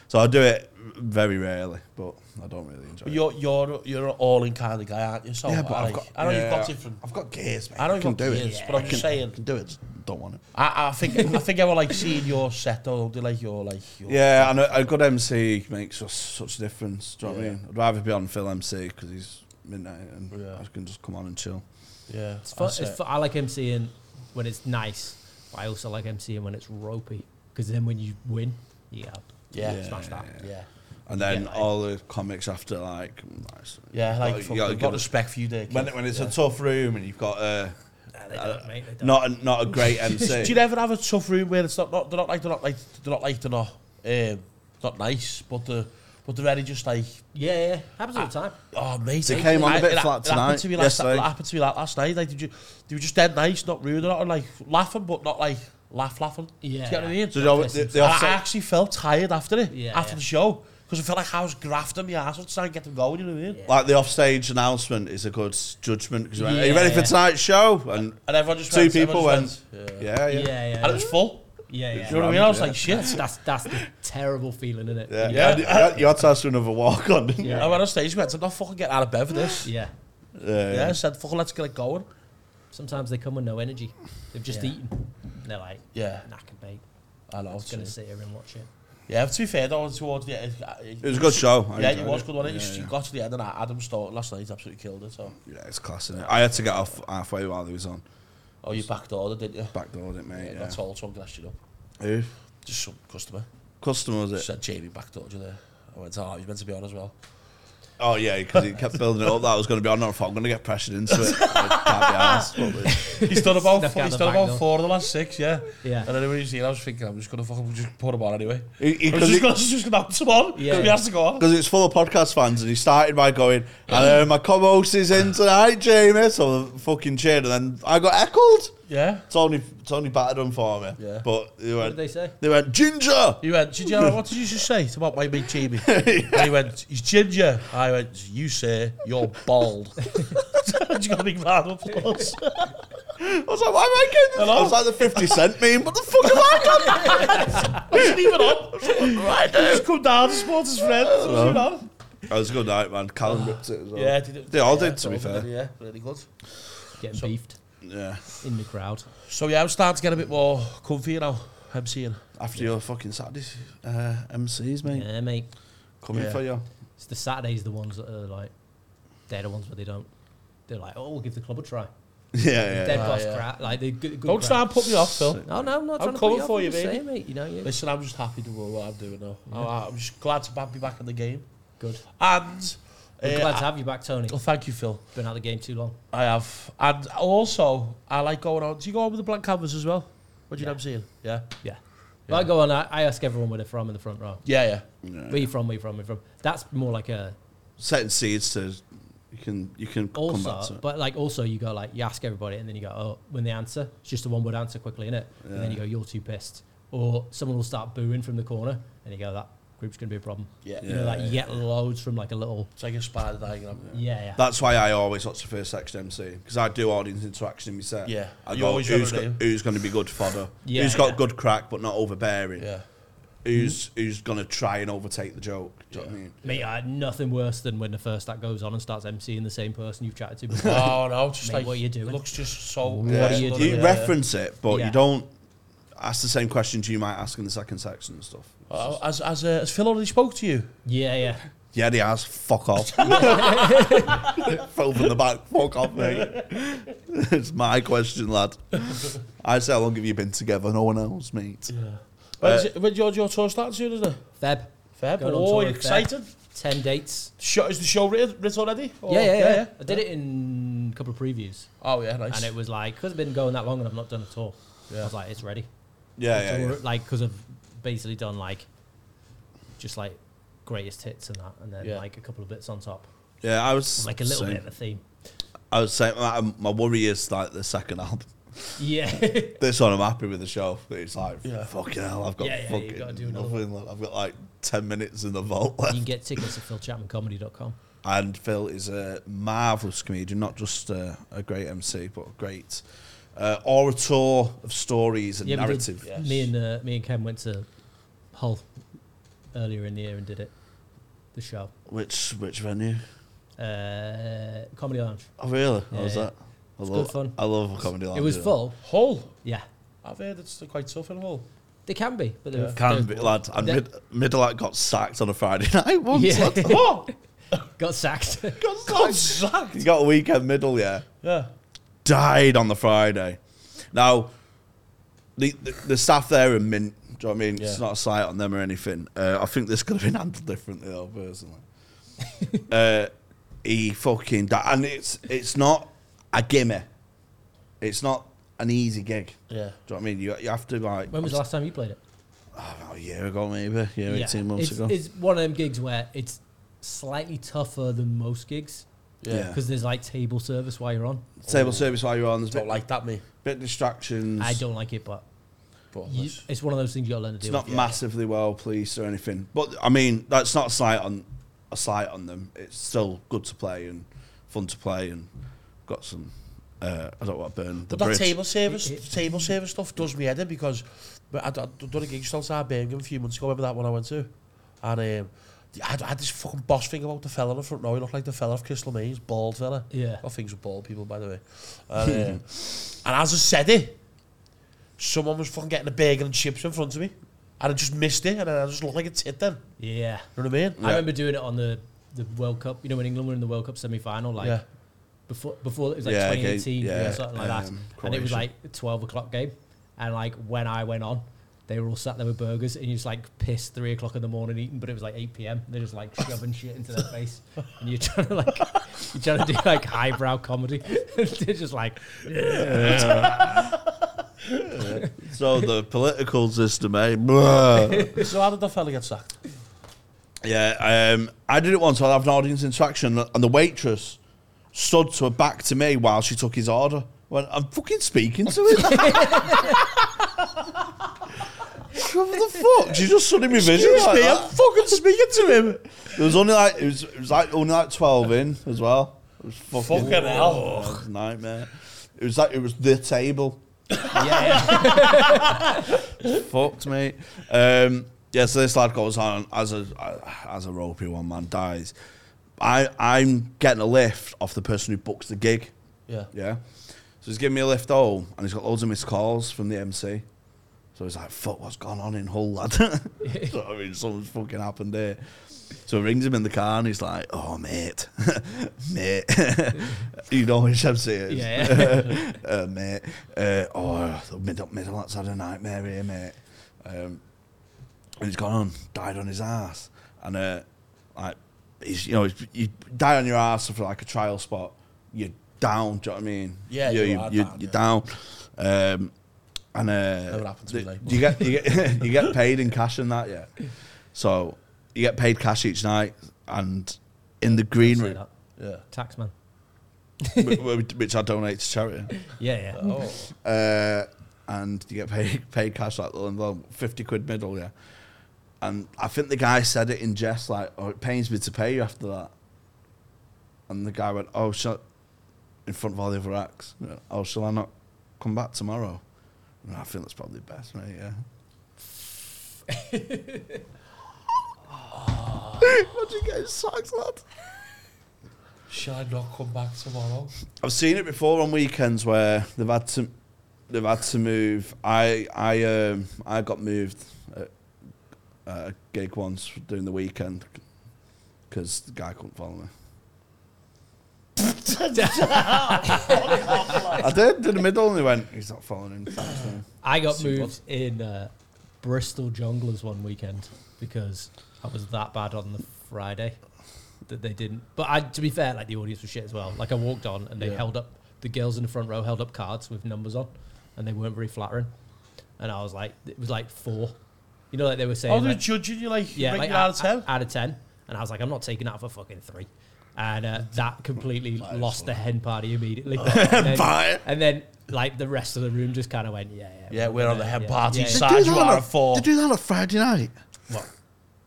[SPEAKER 1] So I do it very rarely, but I don't really enjoy
[SPEAKER 3] But
[SPEAKER 1] it.
[SPEAKER 3] you're you're you're an all in kind of guy, aren't you? So
[SPEAKER 1] Yeah, but
[SPEAKER 3] I,
[SPEAKER 1] I've
[SPEAKER 3] like-
[SPEAKER 1] got-
[SPEAKER 3] I know
[SPEAKER 1] yeah,
[SPEAKER 3] you've got different.
[SPEAKER 1] I've got gears, mate.
[SPEAKER 3] I know you've
[SPEAKER 1] can
[SPEAKER 3] got
[SPEAKER 1] do
[SPEAKER 3] gears,
[SPEAKER 1] it,
[SPEAKER 3] but I'm
[SPEAKER 1] I
[SPEAKER 3] just
[SPEAKER 1] can-
[SPEAKER 3] saying-
[SPEAKER 1] I can do it. Don't want it.
[SPEAKER 3] I, I think I think I would like seeing your set though. They like your like your
[SPEAKER 1] Yeah, and a, a good MC makes us such a difference. Do you know what I mean? I'd rather be on Phil MC because he's midnight and
[SPEAKER 3] Yeah.
[SPEAKER 1] I can just come on and chill.
[SPEAKER 3] yeah.
[SPEAKER 2] It's fun.
[SPEAKER 3] that's
[SPEAKER 2] It's
[SPEAKER 3] it.
[SPEAKER 2] fun. I like MCing when it's nice. But I also like MCing when it's ropey. Because then when you win, you go,
[SPEAKER 3] Yeah.
[SPEAKER 2] smash that.
[SPEAKER 3] Yeah.
[SPEAKER 1] And then
[SPEAKER 2] Yeah, I-
[SPEAKER 1] all the comics after like, nice.
[SPEAKER 3] Yeah,
[SPEAKER 1] Well, Oh, you
[SPEAKER 3] like fuck,
[SPEAKER 1] gotta
[SPEAKER 3] I've
[SPEAKER 1] give
[SPEAKER 3] got
[SPEAKER 1] us-
[SPEAKER 3] respect for you there.
[SPEAKER 1] when
[SPEAKER 3] kid.
[SPEAKER 1] when it's a tough room and you've got a
[SPEAKER 2] Nah, they don't, mate. They don't.
[SPEAKER 1] not a, not a great
[SPEAKER 3] Do
[SPEAKER 1] MC.
[SPEAKER 3] you ever have a tough room where it's not, not they're not like they're not like they're not like they're not um not nice, but the but they're really just like
[SPEAKER 2] Yeah, yeah, yeah. Happens all the time.
[SPEAKER 3] oh mate.
[SPEAKER 1] They came on a
[SPEAKER 3] I-
[SPEAKER 1] bit
[SPEAKER 3] it,
[SPEAKER 1] flat
[SPEAKER 3] it happened to
[SPEAKER 1] tonight,
[SPEAKER 3] me last
[SPEAKER 1] yesterday.
[SPEAKER 3] it happened to me like last night. Like did you they were just dead nice, not rude, not like laughing, but not like laugh laughing. Do you
[SPEAKER 2] Yeah,
[SPEAKER 3] get what I
[SPEAKER 2] yeah.
[SPEAKER 3] mean?
[SPEAKER 1] So they always- they- they
[SPEAKER 3] And I
[SPEAKER 1] offset-
[SPEAKER 3] actually felt tired after it,
[SPEAKER 2] Yeah,
[SPEAKER 3] after
[SPEAKER 2] yeah.
[SPEAKER 3] the show, because I felt like I was grafting my ass off to try and get them going. You know what I mean?
[SPEAKER 1] like the offstage announcement is a good judgment because went, are you
[SPEAKER 2] Yeah,
[SPEAKER 1] ready for
[SPEAKER 2] yeah.
[SPEAKER 1] tonight's show? And
[SPEAKER 3] And everyone just
[SPEAKER 1] Two
[SPEAKER 3] went,
[SPEAKER 1] people
[SPEAKER 3] everyone just went, yeah.
[SPEAKER 1] Oh, yeah, yeah,
[SPEAKER 2] Yeah, yeah.
[SPEAKER 3] and it was full.
[SPEAKER 2] yeah, yeah.
[SPEAKER 3] Do you know what I mean? I was
[SPEAKER 1] Yeah.
[SPEAKER 3] like, shit.
[SPEAKER 2] That's, that's the terrible feeling, isn't it?
[SPEAKER 1] yeah.
[SPEAKER 3] Yeah.
[SPEAKER 1] And you had- you had to ask for another walk on, didn't you?
[SPEAKER 2] Yeah.
[SPEAKER 3] I went on stage and went, I'm not fucking getting out of bed for this.
[SPEAKER 2] Yeah.
[SPEAKER 1] Yeah,
[SPEAKER 3] Yeah, I
[SPEAKER 1] yeah.
[SPEAKER 3] said, fucking let's get it going.
[SPEAKER 2] Sometimes they come with no energy. They've just
[SPEAKER 3] Yeah.
[SPEAKER 2] eaten. And they're like,
[SPEAKER 3] Yeah,
[SPEAKER 2] knackered, mate.
[SPEAKER 3] I know.
[SPEAKER 2] I'm just going to
[SPEAKER 3] it's-
[SPEAKER 2] sit here and watch it.
[SPEAKER 3] Yeah, to be fair, though, towards the end. It
[SPEAKER 1] It was a good show. I
[SPEAKER 3] Yeah, it
[SPEAKER 1] enjoyed
[SPEAKER 3] was good, wasn't it?
[SPEAKER 1] Oh, Yeah,
[SPEAKER 3] You
[SPEAKER 1] yeah.
[SPEAKER 3] got to the end and Adam Stoughton last night absolutely killed it. So.
[SPEAKER 1] Yeah, it's class, innit? I had to get off halfway while he was on.
[SPEAKER 3] Oh, you backdoored it, didn't you?
[SPEAKER 1] Backdoored it, mate.
[SPEAKER 3] Yeah,
[SPEAKER 1] Yeah.
[SPEAKER 3] That's all someone glassed you up.
[SPEAKER 1] Who?
[SPEAKER 3] Just some customer.
[SPEAKER 1] Customer, was it?
[SPEAKER 3] Said Jamie backdoored you there. I went, oh, he's meant to be on as well.
[SPEAKER 1] Oh, yeah, because he kept building it up that I was going to be on. I thought I'm going to get pressured into it. I can't be arsed,
[SPEAKER 3] He's done about,
[SPEAKER 2] Snuck
[SPEAKER 3] four,
[SPEAKER 2] out
[SPEAKER 3] he's
[SPEAKER 2] the
[SPEAKER 3] done
[SPEAKER 2] back
[SPEAKER 3] about
[SPEAKER 2] door.
[SPEAKER 3] four of the last six, yeah.
[SPEAKER 2] Yeah.
[SPEAKER 3] And then when he's seen, I was thinking, I'm just going to fucking just put him on anyway.
[SPEAKER 1] but he- he-
[SPEAKER 3] I
[SPEAKER 1] 'cause
[SPEAKER 3] was
[SPEAKER 1] he-
[SPEAKER 3] just going to just gonna put him on.
[SPEAKER 2] Yeah.
[SPEAKER 3] Yeah. He has to go on.
[SPEAKER 1] because it's full of podcast fans, and he started by going, "And uh, my comos is in tonight, Jamie." So the fucking cheered, and then I got heckled.
[SPEAKER 3] Yeah.
[SPEAKER 1] Tony Tony battered him for me.
[SPEAKER 3] Yeah.
[SPEAKER 1] But they
[SPEAKER 2] What
[SPEAKER 1] went
[SPEAKER 2] did they say?
[SPEAKER 1] they went ginger.
[SPEAKER 3] He went, did you know what did you just say? It's about my mate Jamie. And he went, he's ginger. I went, you sir, you're bald. Did you got any bad applause?
[SPEAKER 1] I was like, why am I getting this? I was like the 50 cent meme. What the fuck have I done?
[SPEAKER 3] Wasn't even on. Right there. Just come down to support his friend. What's going on?
[SPEAKER 1] That was a good night, man. Callum ripped it as well.
[SPEAKER 3] Yeah, did it,
[SPEAKER 1] Ah.
[SPEAKER 3] Oh,
[SPEAKER 1] They all
[SPEAKER 3] yeah,
[SPEAKER 1] did, to be
[SPEAKER 3] so,
[SPEAKER 1] fair.
[SPEAKER 3] Yeah, really good.
[SPEAKER 2] Getting beefed
[SPEAKER 1] Yeah.
[SPEAKER 2] in the crowd.
[SPEAKER 3] So yeah, I'm starting to get a bit more comfy now. I'm seeing.
[SPEAKER 1] After your fucking Saturday uh, MCs, mate.
[SPEAKER 2] Yeah, mate.
[SPEAKER 1] Coming
[SPEAKER 3] Yeah.
[SPEAKER 1] for you.
[SPEAKER 2] It's the Saturdays, the ones that are like, they're the ones where they don't. They're like, oh, we'll give the club a try.
[SPEAKER 1] Yeah,
[SPEAKER 2] Dead
[SPEAKER 1] yeah.
[SPEAKER 3] Ah,
[SPEAKER 2] boss
[SPEAKER 3] yeah.
[SPEAKER 2] crap. Like they good. good
[SPEAKER 3] Don't
[SPEAKER 2] crowd.
[SPEAKER 3] try and put me off, Phil.
[SPEAKER 2] No, no, I'm not
[SPEAKER 3] I'm
[SPEAKER 2] trying to put
[SPEAKER 3] coming
[SPEAKER 2] you off,
[SPEAKER 3] for
[SPEAKER 2] I'm
[SPEAKER 3] you,
[SPEAKER 2] just
[SPEAKER 3] baby.
[SPEAKER 2] saying, mate. You know, you
[SPEAKER 3] Listen, I'm just happy to do what I'm doing now. I- I'm just glad to be back in the game.
[SPEAKER 2] good.
[SPEAKER 3] And
[SPEAKER 2] We're
[SPEAKER 3] uh,
[SPEAKER 2] glad to have you back, Tony.
[SPEAKER 3] oh, thank you, Phil.
[SPEAKER 2] Been out of the game too long.
[SPEAKER 3] I have. And also, I like going on. Do you go on with the blank canvas as well? What do you know I'm seeing? Yeah.
[SPEAKER 2] Yeah. Well, I go on. I, I ask everyone where they're from in the front row.
[SPEAKER 3] Yeah, yeah.
[SPEAKER 2] Where you from? Where you from? Where you from? That's more like a
[SPEAKER 1] Setting seeds to you can you can come back to
[SPEAKER 2] also,
[SPEAKER 1] it.
[SPEAKER 2] but like also you go like you ask everybody, and then you go oh when they answer, it's just a one word answer quickly, innit? And then you go you're too pissed, or someone will start booing from the corner, and you go that group's gonna be a problem.
[SPEAKER 3] Yeah.
[SPEAKER 2] You know, like you get loads from like a little
[SPEAKER 3] It's like a spider diagram.
[SPEAKER 2] yeah yeah.
[SPEAKER 1] That's why I always watch the first section MC because I do audience interaction in my set.
[SPEAKER 3] Yeah.
[SPEAKER 1] I
[SPEAKER 3] You
[SPEAKER 1] go,
[SPEAKER 3] always
[SPEAKER 1] who's,
[SPEAKER 3] have
[SPEAKER 1] go,
[SPEAKER 3] a name."
[SPEAKER 1] who's going to be good fodder?
[SPEAKER 2] Yeah,
[SPEAKER 1] who's got
[SPEAKER 2] yeah.
[SPEAKER 1] good crack but not overbearing?
[SPEAKER 3] Yeah.
[SPEAKER 1] Who's who's going to try and overtake the joke? Do you know what I mean?
[SPEAKER 2] Mate, I, nothing worse than when the first act goes on and starts emceeing the same person you've chatted to before.
[SPEAKER 3] Oh no, it's just
[SPEAKER 2] Mate,
[SPEAKER 3] like
[SPEAKER 2] what are you doing?
[SPEAKER 3] It looks just so.
[SPEAKER 2] What
[SPEAKER 3] Yeah.
[SPEAKER 2] are you
[SPEAKER 3] Yeah.
[SPEAKER 2] doing?
[SPEAKER 1] You
[SPEAKER 3] Yeah.
[SPEAKER 1] reference it, but
[SPEAKER 2] Yeah.
[SPEAKER 1] you don't ask the same questions you might ask in the second section and stuff.
[SPEAKER 3] Oh, As as uh, as Phil already spoke to you.
[SPEAKER 2] yeah yeah.
[SPEAKER 1] Yeah, he has. Fuck off. Phil from the back. Fuck off, mate. it's my question, lad. I say, how long have you been together? No one else, mate.
[SPEAKER 3] Yeah. When's it- when your your tour starts soon, isn't it?
[SPEAKER 2] Uh, Feb
[SPEAKER 3] Feb.
[SPEAKER 2] Going on
[SPEAKER 3] oh,
[SPEAKER 2] tour
[SPEAKER 3] you're
[SPEAKER 2] in Feb.
[SPEAKER 3] excited?
[SPEAKER 2] ten dates.
[SPEAKER 3] Show, is the show writ, writ already? Or-
[SPEAKER 2] yeah, yeah, yeah, I did it in a couple of previews,
[SPEAKER 3] Oh yeah, nice.
[SPEAKER 2] and it was like because I've been going that long and I've not done a tour. I was like, it's ready.
[SPEAKER 1] Yeah,
[SPEAKER 2] So
[SPEAKER 1] yeah, yeah.
[SPEAKER 2] we're, like because I've basically done like just like greatest hits and that, and then
[SPEAKER 3] Yeah.
[SPEAKER 2] like a couple of bits on top,
[SPEAKER 1] Yeah, I was
[SPEAKER 2] like a little
[SPEAKER 1] saying-
[SPEAKER 2] bit of a theme.
[SPEAKER 1] I was saying my, my worry is like the second album.
[SPEAKER 2] Yeah,
[SPEAKER 1] This one I'm happy with the show. but It's like
[SPEAKER 3] Yeah.
[SPEAKER 1] fucking hell. I've got
[SPEAKER 2] Yeah, yeah, you've
[SPEAKER 1] fucking
[SPEAKER 2] gotta do another
[SPEAKER 1] nothing. left. I've got like ten minutes in the vault
[SPEAKER 2] you
[SPEAKER 1] left.
[SPEAKER 2] can get tickets at philchapmancomedy.com.
[SPEAKER 1] And Phil is a marvelous comedian, not just uh, a great MC, but a great uh, orator of stories and
[SPEAKER 2] Yeah, we did-
[SPEAKER 1] narrative.
[SPEAKER 2] Me and uh, me and Ken went to Hull earlier in the year and did it, the show,
[SPEAKER 1] Which which venue?
[SPEAKER 2] uh, Comedy Lounge.
[SPEAKER 1] Oh really?
[SPEAKER 2] Yeah,
[SPEAKER 1] How was
[SPEAKER 2] yeah.
[SPEAKER 1] that? I
[SPEAKER 2] It's
[SPEAKER 1] love,
[SPEAKER 2] good fun.
[SPEAKER 1] I love a comedy.
[SPEAKER 2] it
[SPEAKER 1] lounge,
[SPEAKER 2] was
[SPEAKER 1] Oh, yeah.
[SPEAKER 2] full.
[SPEAKER 3] Hull.
[SPEAKER 2] Yeah,
[SPEAKER 3] I've heard it's quite tough in Hull.
[SPEAKER 2] they can be, but they're,
[SPEAKER 1] Can be,
[SPEAKER 2] they're-
[SPEAKER 1] lad. And
[SPEAKER 2] They're-
[SPEAKER 1] mid, middle act got sacked on a Friday night once.
[SPEAKER 2] Yeah.
[SPEAKER 1] lad.
[SPEAKER 3] Oh,
[SPEAKER 2] got sacked.
[SPEAKER 1] Got
[SPEAKER 3] God,
[SPEAKER 1] sacked.
[SPEAKER 3] sacked.
[SPEAKER 1] You got a weekend middle, yeah.
[SPEAKER 3] Yeah.
[SPEAKER 1] died on the Friday. Now, the the, the staff there are mint. Do you know what I mean? It's
[SPEAKER 3] Yeah.
[SPEAKER 1] not a slight on them or anything. Uh, I think this could have been handled differently, though, personally. uh, he fucking died. And it's, it's not a gimme. It's not an easy gig. Do
[SPEAKER 3] Yeah.
[SPEAKER 1] you know what I mean? You, you have to, like,
[SPEAKER 2] When was the last time you played it?
[SPEAKER 1] about oh, a year ago, maybe. A year, 18 months
[SPEAKER 2] it's,
[SPEAKER 1] ago.
[SPEAKER 2] It's one of them gigs where it's slightly tougher than most gigs
[SPEAKER 1] yeah.
[SPEAKER 2] because there's like table service while you're on.
[SPEAKER 1] Table service while you're on. There's a
[SPEAKER 3] Don't
[SPEAKER 1] bit,
[SPEAKER 3] like that, me.
[SPEAKER 1] bit distractions.
[SPEAKER 2] I don't like it, but
[SPEAKER 3] But
[SPEAKER 2] you,
[SPEAKER 3] that's-
[SPEAKER 2] it's one of those things you got to learn to
[SPEAKER 1] Oh, It's
[SPEAKER 2] deal
[SPEAKER 1] not
[SPEAKER 2] with.
[SPEAKER 1] massively well policed or anything, but I mean that's not a slight on a slight on them. It's still good to play and fun to play and got some. Uh, I don't want to burn the
[SPEAKER 3] But that
[SPEAKER 1] bridge.
[SPEAKER 3] table service,
[SPEAKER 2] It- it-
[SPEAKER 3] table service stuff does me head in because but I, I, I done a gig still outside Birmingham a few months ago. Remember that one I went to, and um, the- I, had- I had this fucking boss thing about the fella in the front row. He looked like the fella of Crystal Maze, bald fella.
[SPEAKER 2] Yeah.
[SPEAKER 3] Got things with bald people, by the way. And, um, and as I said it, someone was fucking getting a burger and chips in front of me, and I just missed it, and then I just looked like a tit. Then
[SPEAKER 2] Yeah. yeah.
[SPEAKER 3] you know what I mean?
[SPEAKER 2] I remember doing it on the, the World Cup, you know, when England were in the World Cup semi final, like
[SPEAKER 3] yeah,
[SPEAKER 2] before, before it was like
[SPEAKER 1] Yeah, okay,
[SPEAKER 2] 2018
[SPEAKER 1] yeah,
[SPEAKER 2] or something like that.
[SPEAKER 1] um,
[SPEAKER 2] and it was
[SPEAKER 1] Croatia.
[SPEAKER 2] like a 12 o'clock game. And like when I went on, they were all sat there with burgers and you just like pissed three o'clock in the morning eating, but it was like 8 p.m. They're just like shoving shit into their face. And you're trying to like, you're trying to do like highbrow comedy. they're just like,
[SPEAKER 1] so the political system, eh? Blah.
[SPEAKER 3] so how did that fella get sacked?
[SPEAKER 1] yeah, um, I did it once. I had an audience interaction, and the waitress stood to her back to me while she took his order. went, I'm fucking speaking to him. what the fuck? Do you just suddenly revision
[SPEAKER 3] Excuse
[SPEAKER 1] like
[SPEAKER 3] me,
[SPEAKER 1] that?
[SPEAKER 3] I'm fucking speaking to him.
[SPEAKER 1] There was only like it was, it was like only like twelve in as well. It was fucking,
[SPEAKER 3] Fucking hell.
[SPEAKER 1] Oh, it was a nightmare. It was like it was the table. yeah, fucked mate. Um, yeah, so this lad goes on as a as a ropey one man dies. I I'm getting a lift off the person who books the gig.
[SPEAKER 3] Yeah.
[SPEAKER 1] Yeah. So he's giving me a lift home and he's got loads of missed calls from the MC. So he's like, fuck, what's gone on in Hull, lad? so, I mean, something's fucking happened there. So he rings him in the car and he's like, oh, mate, mate. you know which MC it is.
[SPEAKER 2] Yeah.
[SPEAKER 1] uh, mate. Uh, oh, the middle, middle that's had a nightmare here, mate. Um, and he's gone on, died on his ass. And uh, like, he's, you know, he's, you die on your ass for like a trial spot. You're down, do you know what I mean?
[SPEAKER 3] Yeah,
[SPEAKER 1] you,
[SPEAKER 3] you
[SPEAKER 1] you,
[SPEAKER 3] are
[SPEAKER 1] you,
[SPEAKER 3] down,
[SPEAKER 1] you're down. Um, and uh,
[SPEAKER 3] Never happened to me, like.
[SPEAKER 1] you get you get you get paid in cash and that, yeah. So you get paid cash each night, and in the green
[SPEAKER 2] Say
[SPEAKER 1] room,
[SPEAKER 2] that.
[SPEAKER 3] Yeah.
[SPEAKER 2] Tax man.
[SPEAKER 1] wh- wh- which I donate to charity,
[SPEAKER 2] Yeah, yeah.
[SPEAKER 3] Oh.
[SPEAKER 1] uh, and you get paid paid cash like little envelope, fifty quid middle, yeah. And I think the guy said it in jest, like, "Oh, it pains me to pay you after that." And the guy went, "Oh, shut!" In front of all the other acts, Yeah. "Oh, shall I not come back tomorrow?" And I think that's probably best, mate. Yeah. Imagine getting sacked, lad.
[SPEAKER 3] Shall I not come back tomorrow?
[SPEAKER 1] I've seen it before on weekends where they've had to they've had to move. I I um I got moved at at a gig once during the weekend because the guy couldn't follow me. I did in the middle and he went, he's not following. him."
[SPEAKER 2] I got
[SPEAKER 1] Super.
[SPEAKER 2] moved in uh, Bristol Jonglers one weekend because I was that bad on the Friday that they didn't. But I, to be fair, like the audience was shit as well. Like I walked on and they held up the girls in the front row held up cards with numbers on, and they weren't very flattering. And I was like, it was like four. You know, like they were saying,
[SPEAKER 3] Oh, they're
[SPEAKER 2] like,
[SPEAKER 3] judging you like,
[SPEAKER 2] yeah,
[SPEAKER 3] yeah,
[SPEAKER 2] like
[SPEAKER 3] you out of 10?
[SPEAKER 2] Out of ten. And I was like, I'm not taking that for fucking three. And uh, that completely lost the hen party immediately. and, then, and then, like, the rest of the room just kind of went, yeah, yeah.
[SPEAKER 3] Yeah, we're on the
[SPEAKER 2] gonna-
[SPEAKER 3] hen
[SPEAKER 2] yeah,
[SPEAKER 3] party
[SPEAKER 2] yeah, yeah.
[SPEAKER 3] side. Guys, you are a four.
[SPEAKER 1] They do that on Friday night.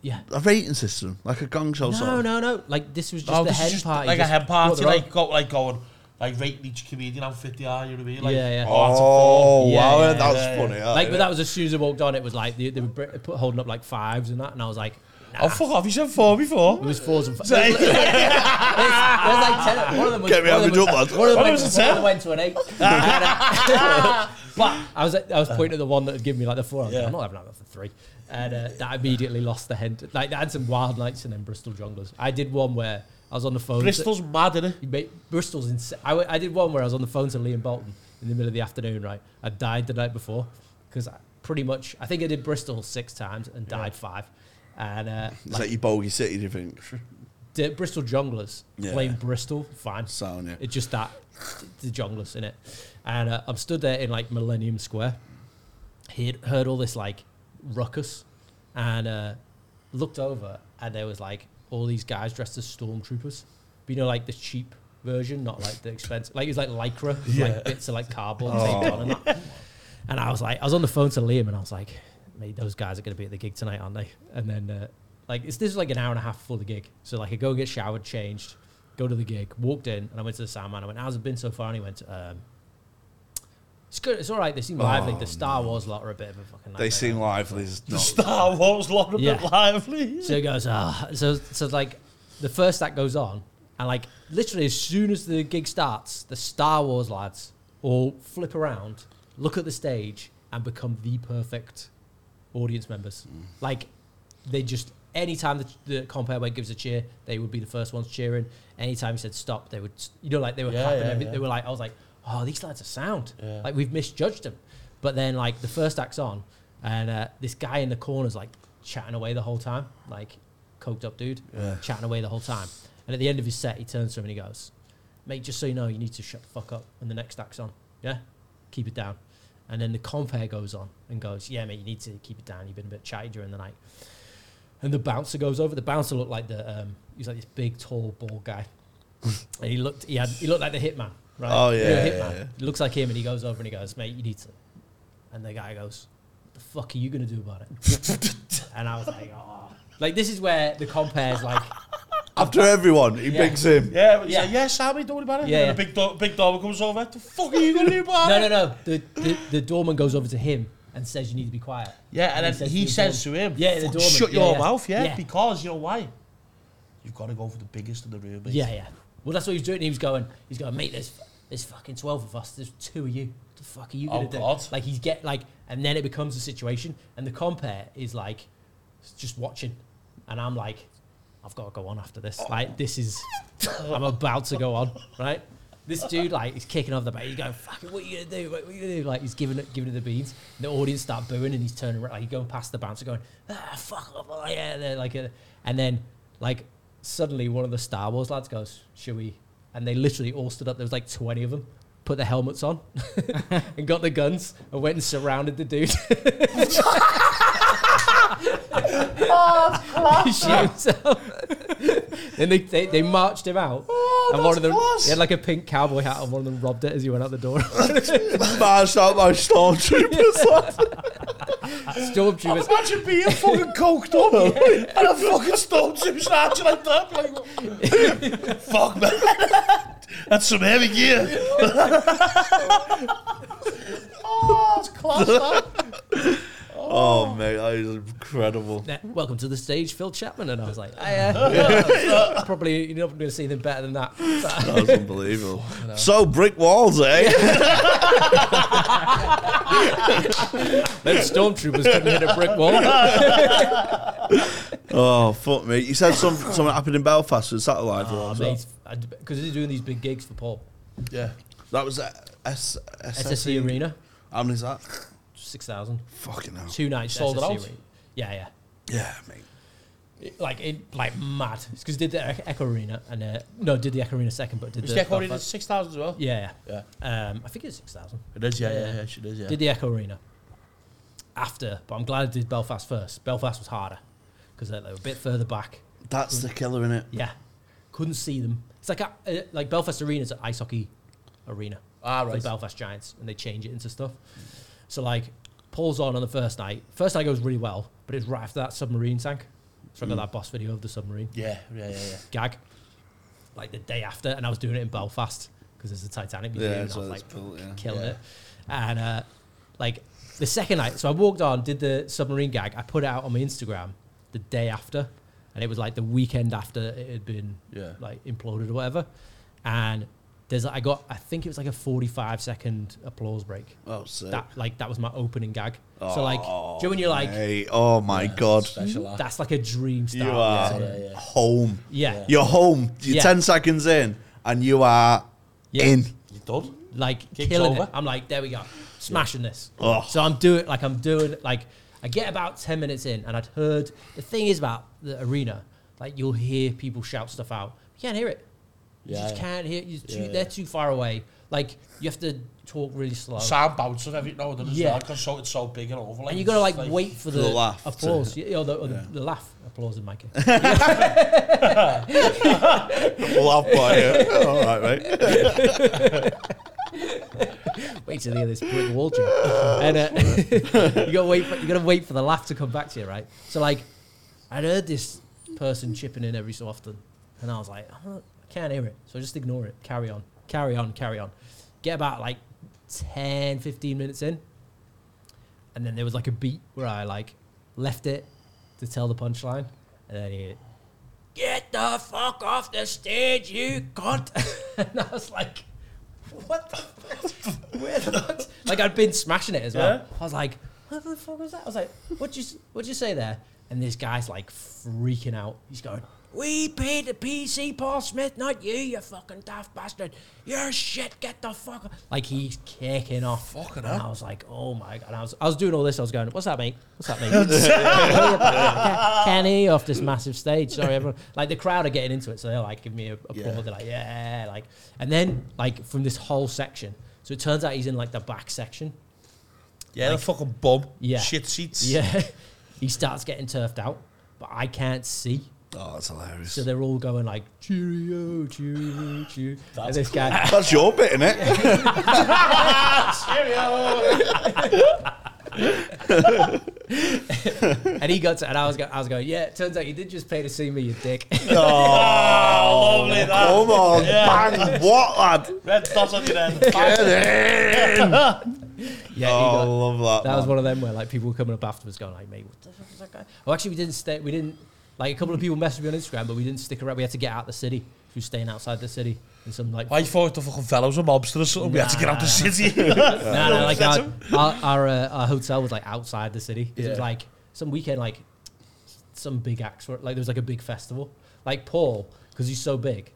[SPEAKER 2] Yeah.
[SPEAKER 1] A rating system, like a gong show. sort
[SPEAKER 2] No,
[SPEAKER 1] of.
[SPEAKER 2] no, no. Like, this was just
[SPEAKER 3] Oh,
[SPEAKER 2] the
[SPEAKER 3] this is
[SPEAKER 2] hen
[SPEAKER 3] just
[SPEAKER 2] party.
[SPEAKER 3] Like
[SPEAKER 2] just
[SPEAKER 3] a hen party,
[SPEAKER 2] what they're
[SPEAKER 3] like, go, like going, like rating each comedian how fit they are, you know what I mean? Like,
[SPEAKER 2] Yeah, yeah.
[SPEAKER 3] Oh, that's a four.
[SPEAKER 1] Oh
[SPEAKER 2] Yeah,
[SPEAKER 1] wow,
[SPEAKER 2] yeah,
[SPEAKER 1] that was
[SPEAKER 3] yeah,
[SPEAKER 1] funny.
[SPEAKER 2] on.
[SPEAKER 1] that,
[SPEAKER 2] Like,
[SPEAKER 1] yeah.
[SPEAKER 2] but that was as soon as I walked on, it was like, they, they were br- put, holding up like fives and that. And I was like, nah.
[SPEAKER 3] Oh, fuck off, you said four before.
[SPEAKER 2] It was fours and fives.
[SPEAKER 3] Say-
[SPEAKER 2] There's like ten. One of them was.
[SPEAKER 1] Get me
[SPEAKER 2] one
[SPEAKER 1] out
[SPEAKER 2] of
[SPEAKER 1] of
[SPEAKER 2] them
[SPEAKER 1] my job,
[SPEAKER 2] was-
[SPEAKER 1] lad.
[SPEAKER 2] One of them
[SPEAKER 3] One
[SPEAKER 2] went-
[SPEAKER 3] of them's a
[SPEAKER 2] one of
[SPEAKER 3] ten.
[SPEAKER 2] them went to an eight. And, uh, but I was I was pointing at the one that had given me like the four. I was like,
[SPEAKER 3] Yeah.
[SPEAKER 2] I'm not having that for three. And uh, that immediately lost the hint. Like I had some wild nights in them Bristol junglers. I did one where I was on the phone. to-
[SPEAKER 3] Bristol's mad, innit?
[SPEAKER 2] you make, Bristol's ins I, w- I did one where I was on the phone to Liam Bolton in the middle of the afternoon, right? I died the night before because I pretty much, I think I did Bristol six times and died five. And uh,
[SPEAKER 1] it's like your bogey city, do you think?
[SPEAKER 2] the Bristol Jonglers
[SPEAKER 1] Yeah.
[SPEAKER 2] playing Bristol, fine.
[SPEAKER 1] Sound yeah.
[SPEAKER 2] It's just that the junglers in it, and uh, I'm stood there in like Millennium Square. Heard heard all this like ruckus, and uh, looked over, and there was like all these guys dressed as stormtroopers, but you know like the cheap version, not like the expensive. Like it was like lycra, with, like bits of like cardboard taped on and that. And I was like, I was on the phone to Liam, and I was like, mate, those guys are going to be at the gig tonight, aren't they? And then, uh, like, it's, this is like an hour and a half before the gig. So, like, I go get showered, changed, go to the gig, walked in, and I went to the sound man. I went, how's it been so far? And he went, um, it's good, it's all right. They seem lively. The Star Wars lot are a bit of a fucking
[SPEAKER 1] Oh, They
[SPEAKER 2] nightmare."
[SPEAKER 1] seem lively. it's not-
[SPEAKER 3] Star Wars lot a bit
[SPEAKER 2] Yeah.
[SPEAKER 3] lively.
[SPEAKER 2] So he goes, ah. So, so like, the first act goes on, and like, literally, as soon as the gig starts, the Star Wars lads all flip around, look at the stage, and become the perfect audience members.
[SPEAKER 3] Mm.
[SPEAKER 2] Like, they just, anytime the, the compare went gives a cheer, they would be the first ones cheering. Anytime he said stop, they would, s- you know, like, they were
[SPEAKER 3] Yeah,
[SPEAKER 2] clapping.
[SPEAKER 3] yeah,
[SPEAKER 2] every,
[SPEAKER 3] yeah.
[SPEAKER 2] They were like, I was like, oh, these lads are sound.
[SPEAKER 3] Yeah.
[SPEAKER 2] Like, we've misjudged them. But then, like, the first act's on, and uh, this guy in the corner's like chatting away the whole time, like, coked up dude, chatting away the whole time. And at the end of his set, he turns to him and he goes, mate, just so you know, you need to shut the fuck up when the next act's on. Yeah? Keep it down. And then the compare goes on and goes, yeah, mate, you need to keep it down. You've been a bit chatty during the night. And the bouncer goes over. The bouncer looked like the, um, he was like this big, tall, bald guy. and he looked, he had, he looked like the hitman. right?
[SPEAKER 1] Oh, yeah,
[SPEAKER 2] You're a
[SPEAKER 1] yeah,
[SPEAKER 2] hitman.
[SPEAKER 1] yeah.
[SPEAKER 2] It looks like him, and he goes over and he goes, mate, you need to. And the guy goes, what the fuck are you going to do about it? and I was like, oh. Like, this is where the compare's like,
[SPEAKER 1] After everyone, he
[SPEAKER 2] Yeah.
[SPEAKER 1] bigs him.
[SPEAKER 3] Yeah, but yeah.
[SPEAKER 2] Yeah.
[SPEAKER 3] Like, yeah, Sammy, don't worry about it.
[SPEAKER 2] Yeah,
[SPEAKER 3] Yeah,
[SPEAKER 2] yeah.
[SPEAKER 3] And a big, do- big dog comes over. The fuck are you going to do about
[SPEAKER 2] no,
[SPEAKER 3] it?
[SPEAKER 2] no, no. The, the, the doorman goes over to him and says, you need to be quiet.
[SPEAKER 3] Yeah, and, then he
[SPEAKER 2] the
[SPEAKER 3] says
[SPEAKER 2] door-
[SPEAKER 3] to him,
[SPEAKER 2] Yeah, the
[SPEAKER 3] "Fuck,
[SPEAKER 2] doorman.
[SPEAKER 3] shut
[SPEAKER 2] Yeah,
[SPEAKER 3] your
[SPEAKER 2] yeah.
[SPEAKER 3] mouth, yeah,
[SPEAKER 2] Yeah.
[SPEAKER 3] because you know why? You've got to go for the biggest in the room. mate."
[SPEAKER 2] Yeah, yeah. Well, that's what he was doing. He was going, he's going, mate, there's, there's fucking 12 of us. There's two of you. What the fuck are you going
[SPEAKER 3] Oh,
[SPEAKER 2] to do?
[SPEAKER 3] God.
[SPEAKER 2] Like, he's get, like, and then it becomes a situation. And the compare is like, just watching. And I'm like, I've got to go on after this. Like, this is, I'm about to go on, right? This dude, like, he's kicking off the bat. He's going, fucking, what are you going to do? What are you going to do? Like, he's giving it, giving it the beans. And the audience start booing and he's turning around. Like, he's going past the bouncer going, ah, fuck up. Oh, yeah. And they're like, uh, and then, like, suddenly one of the Star Wars lads goes, should we? And they literally all stood up. There was like 20 of them. Put their helmets on and got the guns and went and surrounded the dude. He shoots out. then they, they they marched him out. and one of them he had like a pink cowboy hat and one of them robbed it as he went out the door.
[SPEAKER 1] Marched out by stormtroopers. lad.
[SPEAKER 2] Stormtroopers.
[SPEAKER 3] Imagine being fucking coked up and a fucking stone chip snatch like that. Like, fuck, man. That's some heavy gear. oh, that's class, that.
[SPEAKER 1] oh, mate, that is incredible.
[SPEAKER 2] Now, Welcome to the stage, Phil Chapman. And I was like, "Ah, yeah. probably you're not going to see anything better than that. But-
[SPEAKER 1] That was unbelievable. So, brick walls, eh?
[SPEAKER 2] then stormtroopers couldn't hit a brick wall.
[SPEAKER 1] oh, fuck me. You said some, something happened in Belfast with Satellite. Oh,
[SPEAKER 2] Because they're doing these big gigs for Paul.
[SPEAKER 3] Yeah.
[SPEAKER 1] that was uh, S-
[SPEAKER 2] SSC Arena,
[SPEAKER 1] How many's that?
[SPEAKER 2] 6,000.
[SPEAKER 1] Fucking hell.
[SPEAKER 2] Two nights.
[SPEAKER 3] Sold it
[SPEAKER 2] SSC
[SPEAKER 3] out?
[SPEAKER 2] Arena. Yeah, yeah.
[SPEAKER 1] Yeah, mate.
[SPEAKER 2] It- like it, like mad. It's because did the Ec- Echo Arena and uh, no, did the Echo Arena second, but did
[SPEAKER 3] Is
[SPEAKER 2] the
[SPEAKER 3] the echo rated
[SPEAKER 2] Belfast-
[SPEAKER 3] 6,000 as well?
[SPEAKER 2] Yeah,
[SPEAKER 3] Yeah.
[SPEAKER 2] yeah. Um, I think it's six thousand.
[SPEAKER 3] It is, yeah,
[SPEAKER 2] Yeah,
[SPEAKER 3] yeah,
[SPEAKER 2] yeah.
[SPEAKER 3] yeah, she does, yeah.
[SPEAKER 2] Did the Echo Arena after, but I'm glad I did Belfast first. Belfast was harder because they they were a bit further back.
[SPEAKER 1] That's the killer, innit?
[SPEAKER 2] Yeah, couldn't see them. It's like a, uh, like Belfast Arena's an ice hockey arena.
[SPEAKER 3] ah,
[SPEAKER 2] for
[SPEAKER 3] right.
[SPEAKER 2] the Belfast Giants, and they change it into stuff. So like, Paul's on on the first night. First night goes really well, but it's right after that submarine sank. So I
[SPEAKER 3] Mm.
[SPEAKER 2] got that boss video of the submarine.
[SPEAKER 3] Yeah, yeah, yeah, yeah.
[SPEAKER 2] gag like the day after and I was doing it in Belfast because there's a Titanic museum
[SPEAKER 1] Yeah,
[SPEAKER 2] and I
[SPEAKER 1] so
[SPEAKER 2] was like
[SPEAKER 1] that's cool, yeah.
[SPEAKER 2] killing
[SPEAKER 3] Yeah.
[SPEAKER 2] it and uh, like the second night so I walked on did the submarine gag I put it out on my Instagram the day after and it was like the weekend after it had been
[SPEAKER 3] Yeah.
[SPEAKER 2] like imploded or whatever and there's I got I think it was like a 45 second applause break
[SPEAKER 1] Oh, sick.
[SPEAKER 2] that like that was my opening gag so like do you know when you're like
[SPEAKER 1] Hey, oh my God.
[SPEAKER 3] Special art.
[SPEAKER 2] that's like a dream start
[SPEAKER 1] You are
[SPEAKER 3] Yeah, yeah, yeah.
[SPEAKER 1] home.
[SPEAKER 2] yeah,
[SPEAKER 1] You're home. You're
[SPEAKER 2] Yeah.
[SPEAKER 1] 10 seconds in, and you are
[SPEAKER 2] Yeah.
[SPEAKER 1] in.
[SPEAKER 3] You done?
[SPEAKER 2] like
[SPEAKER 3] Gig's
[SPEAKER 2] killing it.
[SPEAKER 3] over.
[SPEAKER 2] I'm like, there we go, smashing this.
[SPEAKER 1] Oh.
[SPEAKER 2] So I'm doing like I'm doing like I get about ten minutes in, and I'd heard the thing is about the arena, like you'll hear people shout stuff out. You can't hear it. You
[SPEAKER 3] Yeah,
[SPEAKER 2] just
[SPEAKER 3] yeah.
[SPEAKER 2] can't hear. You too,
[SPEAKER 3] Yeah, yeah.
[SPEAKER 2] they're too far away. Like you have to talk really slow.
[SPEAKER 3] Sound bounces every now and then as
[SPEAKER 2] Yeah.
[SPEAKER 3] well, because so, it's so big and over. Like,
[SPEAKER 2] and you gotta like,
[SPEAKER 3] it's
[SPEAKER 2] wait for the,
[SPEAKER 1] the laugh to-
[SPEAKER 2] applause, yeah, or the, or the, the laugh applause in Micah.
[SPEAKER 1] Love by it. All right, mate.
[SPEAKER 2] wait till you hear this brick wall joke. and uh, you gotta wait. For, you gotta wait for the laugh to come back to you, right? So like, I'd heard this person chipping in every so often, and I was like, "I'm not- I can't hear it, so I just ignore it. Carry on, carry on, carry on. Get about like 10, 15 minutes in, and then there was like a beat where I like left it to tell the punchline, and then he. Get the fuck off the stage, you cunt! and I was like, what the fuck? Where the fuck? Like I'd been smashing it as well. I was like, what the fuck was that? I was like, what'd you s- what'd you say there? And this guy's like freaking out. He's going, We paid the PC Paul Smith, not you, you fucking daft bastard. You're shit, get the fuck off." Like he's kicking off. Fucking and I was like, oh my god. And I was I was doing all this, I was going, What's that, mate? What's that, mate? Kenny off this massive stage. Sorry, everyone. Like the crowd are getting into it, so they're like giving me a applaud. They're like, yeah, like and then like from this whole section. So it turns out he's in like the back section.
[SPEAKER 3] Yeah, the fucking bum.
[SPEAKER 2] Yeah.
[SPEAKER 3] Shit seats.
[SPEAKER 2] Yeah. he starts getting turfed out, but I can't see.
[SPEAKER 1] Oh, that's hilarious.
[SPEAKER 2] So they're all going like cheerio, cheerio, cheerio. And this guy,
[SPEAKER 1] That's your bit, innit?
[SPEAKER 2] and he got to, and I was, go, I was going, yeah. It turns out you did just pay to see me, you dick.
[SPEAKER 1] Oh, lovely that. Come on, bang, what, lad?
[SPEAKER 3] Red dots on your end.
[SPEAKER 1] Get in.
[SPEAKER 2] yeah,
[SPEAKER 1] Oh,
[SPEAKER 2] he
[SPEAKER 1] I
[SPEAKER 2] got,
[SPEAKER 1] love that.
[SPEAKER 2] that was
[SPEAKER 1] man.
[SPEAKER 2] one of them where like people were coming up afterwards going like, mate, what the fuck is that guy? Oh, actually, we didn't stay. We didn't like a couple of people messaged me on Instagram, but we didn't stick around. We had to get out the city. We were staying outside the city in some like.
[SPEAKER 3] I thought the fucking fellows were mobsters or something. We had to get out the city.
[SPEAKER 2] no, no, like our our, our, uh, our hotel was like outside the city. 'Cause It was like some weekend, like some big acts were like there was like a big festival. Like Paul, because he's so big,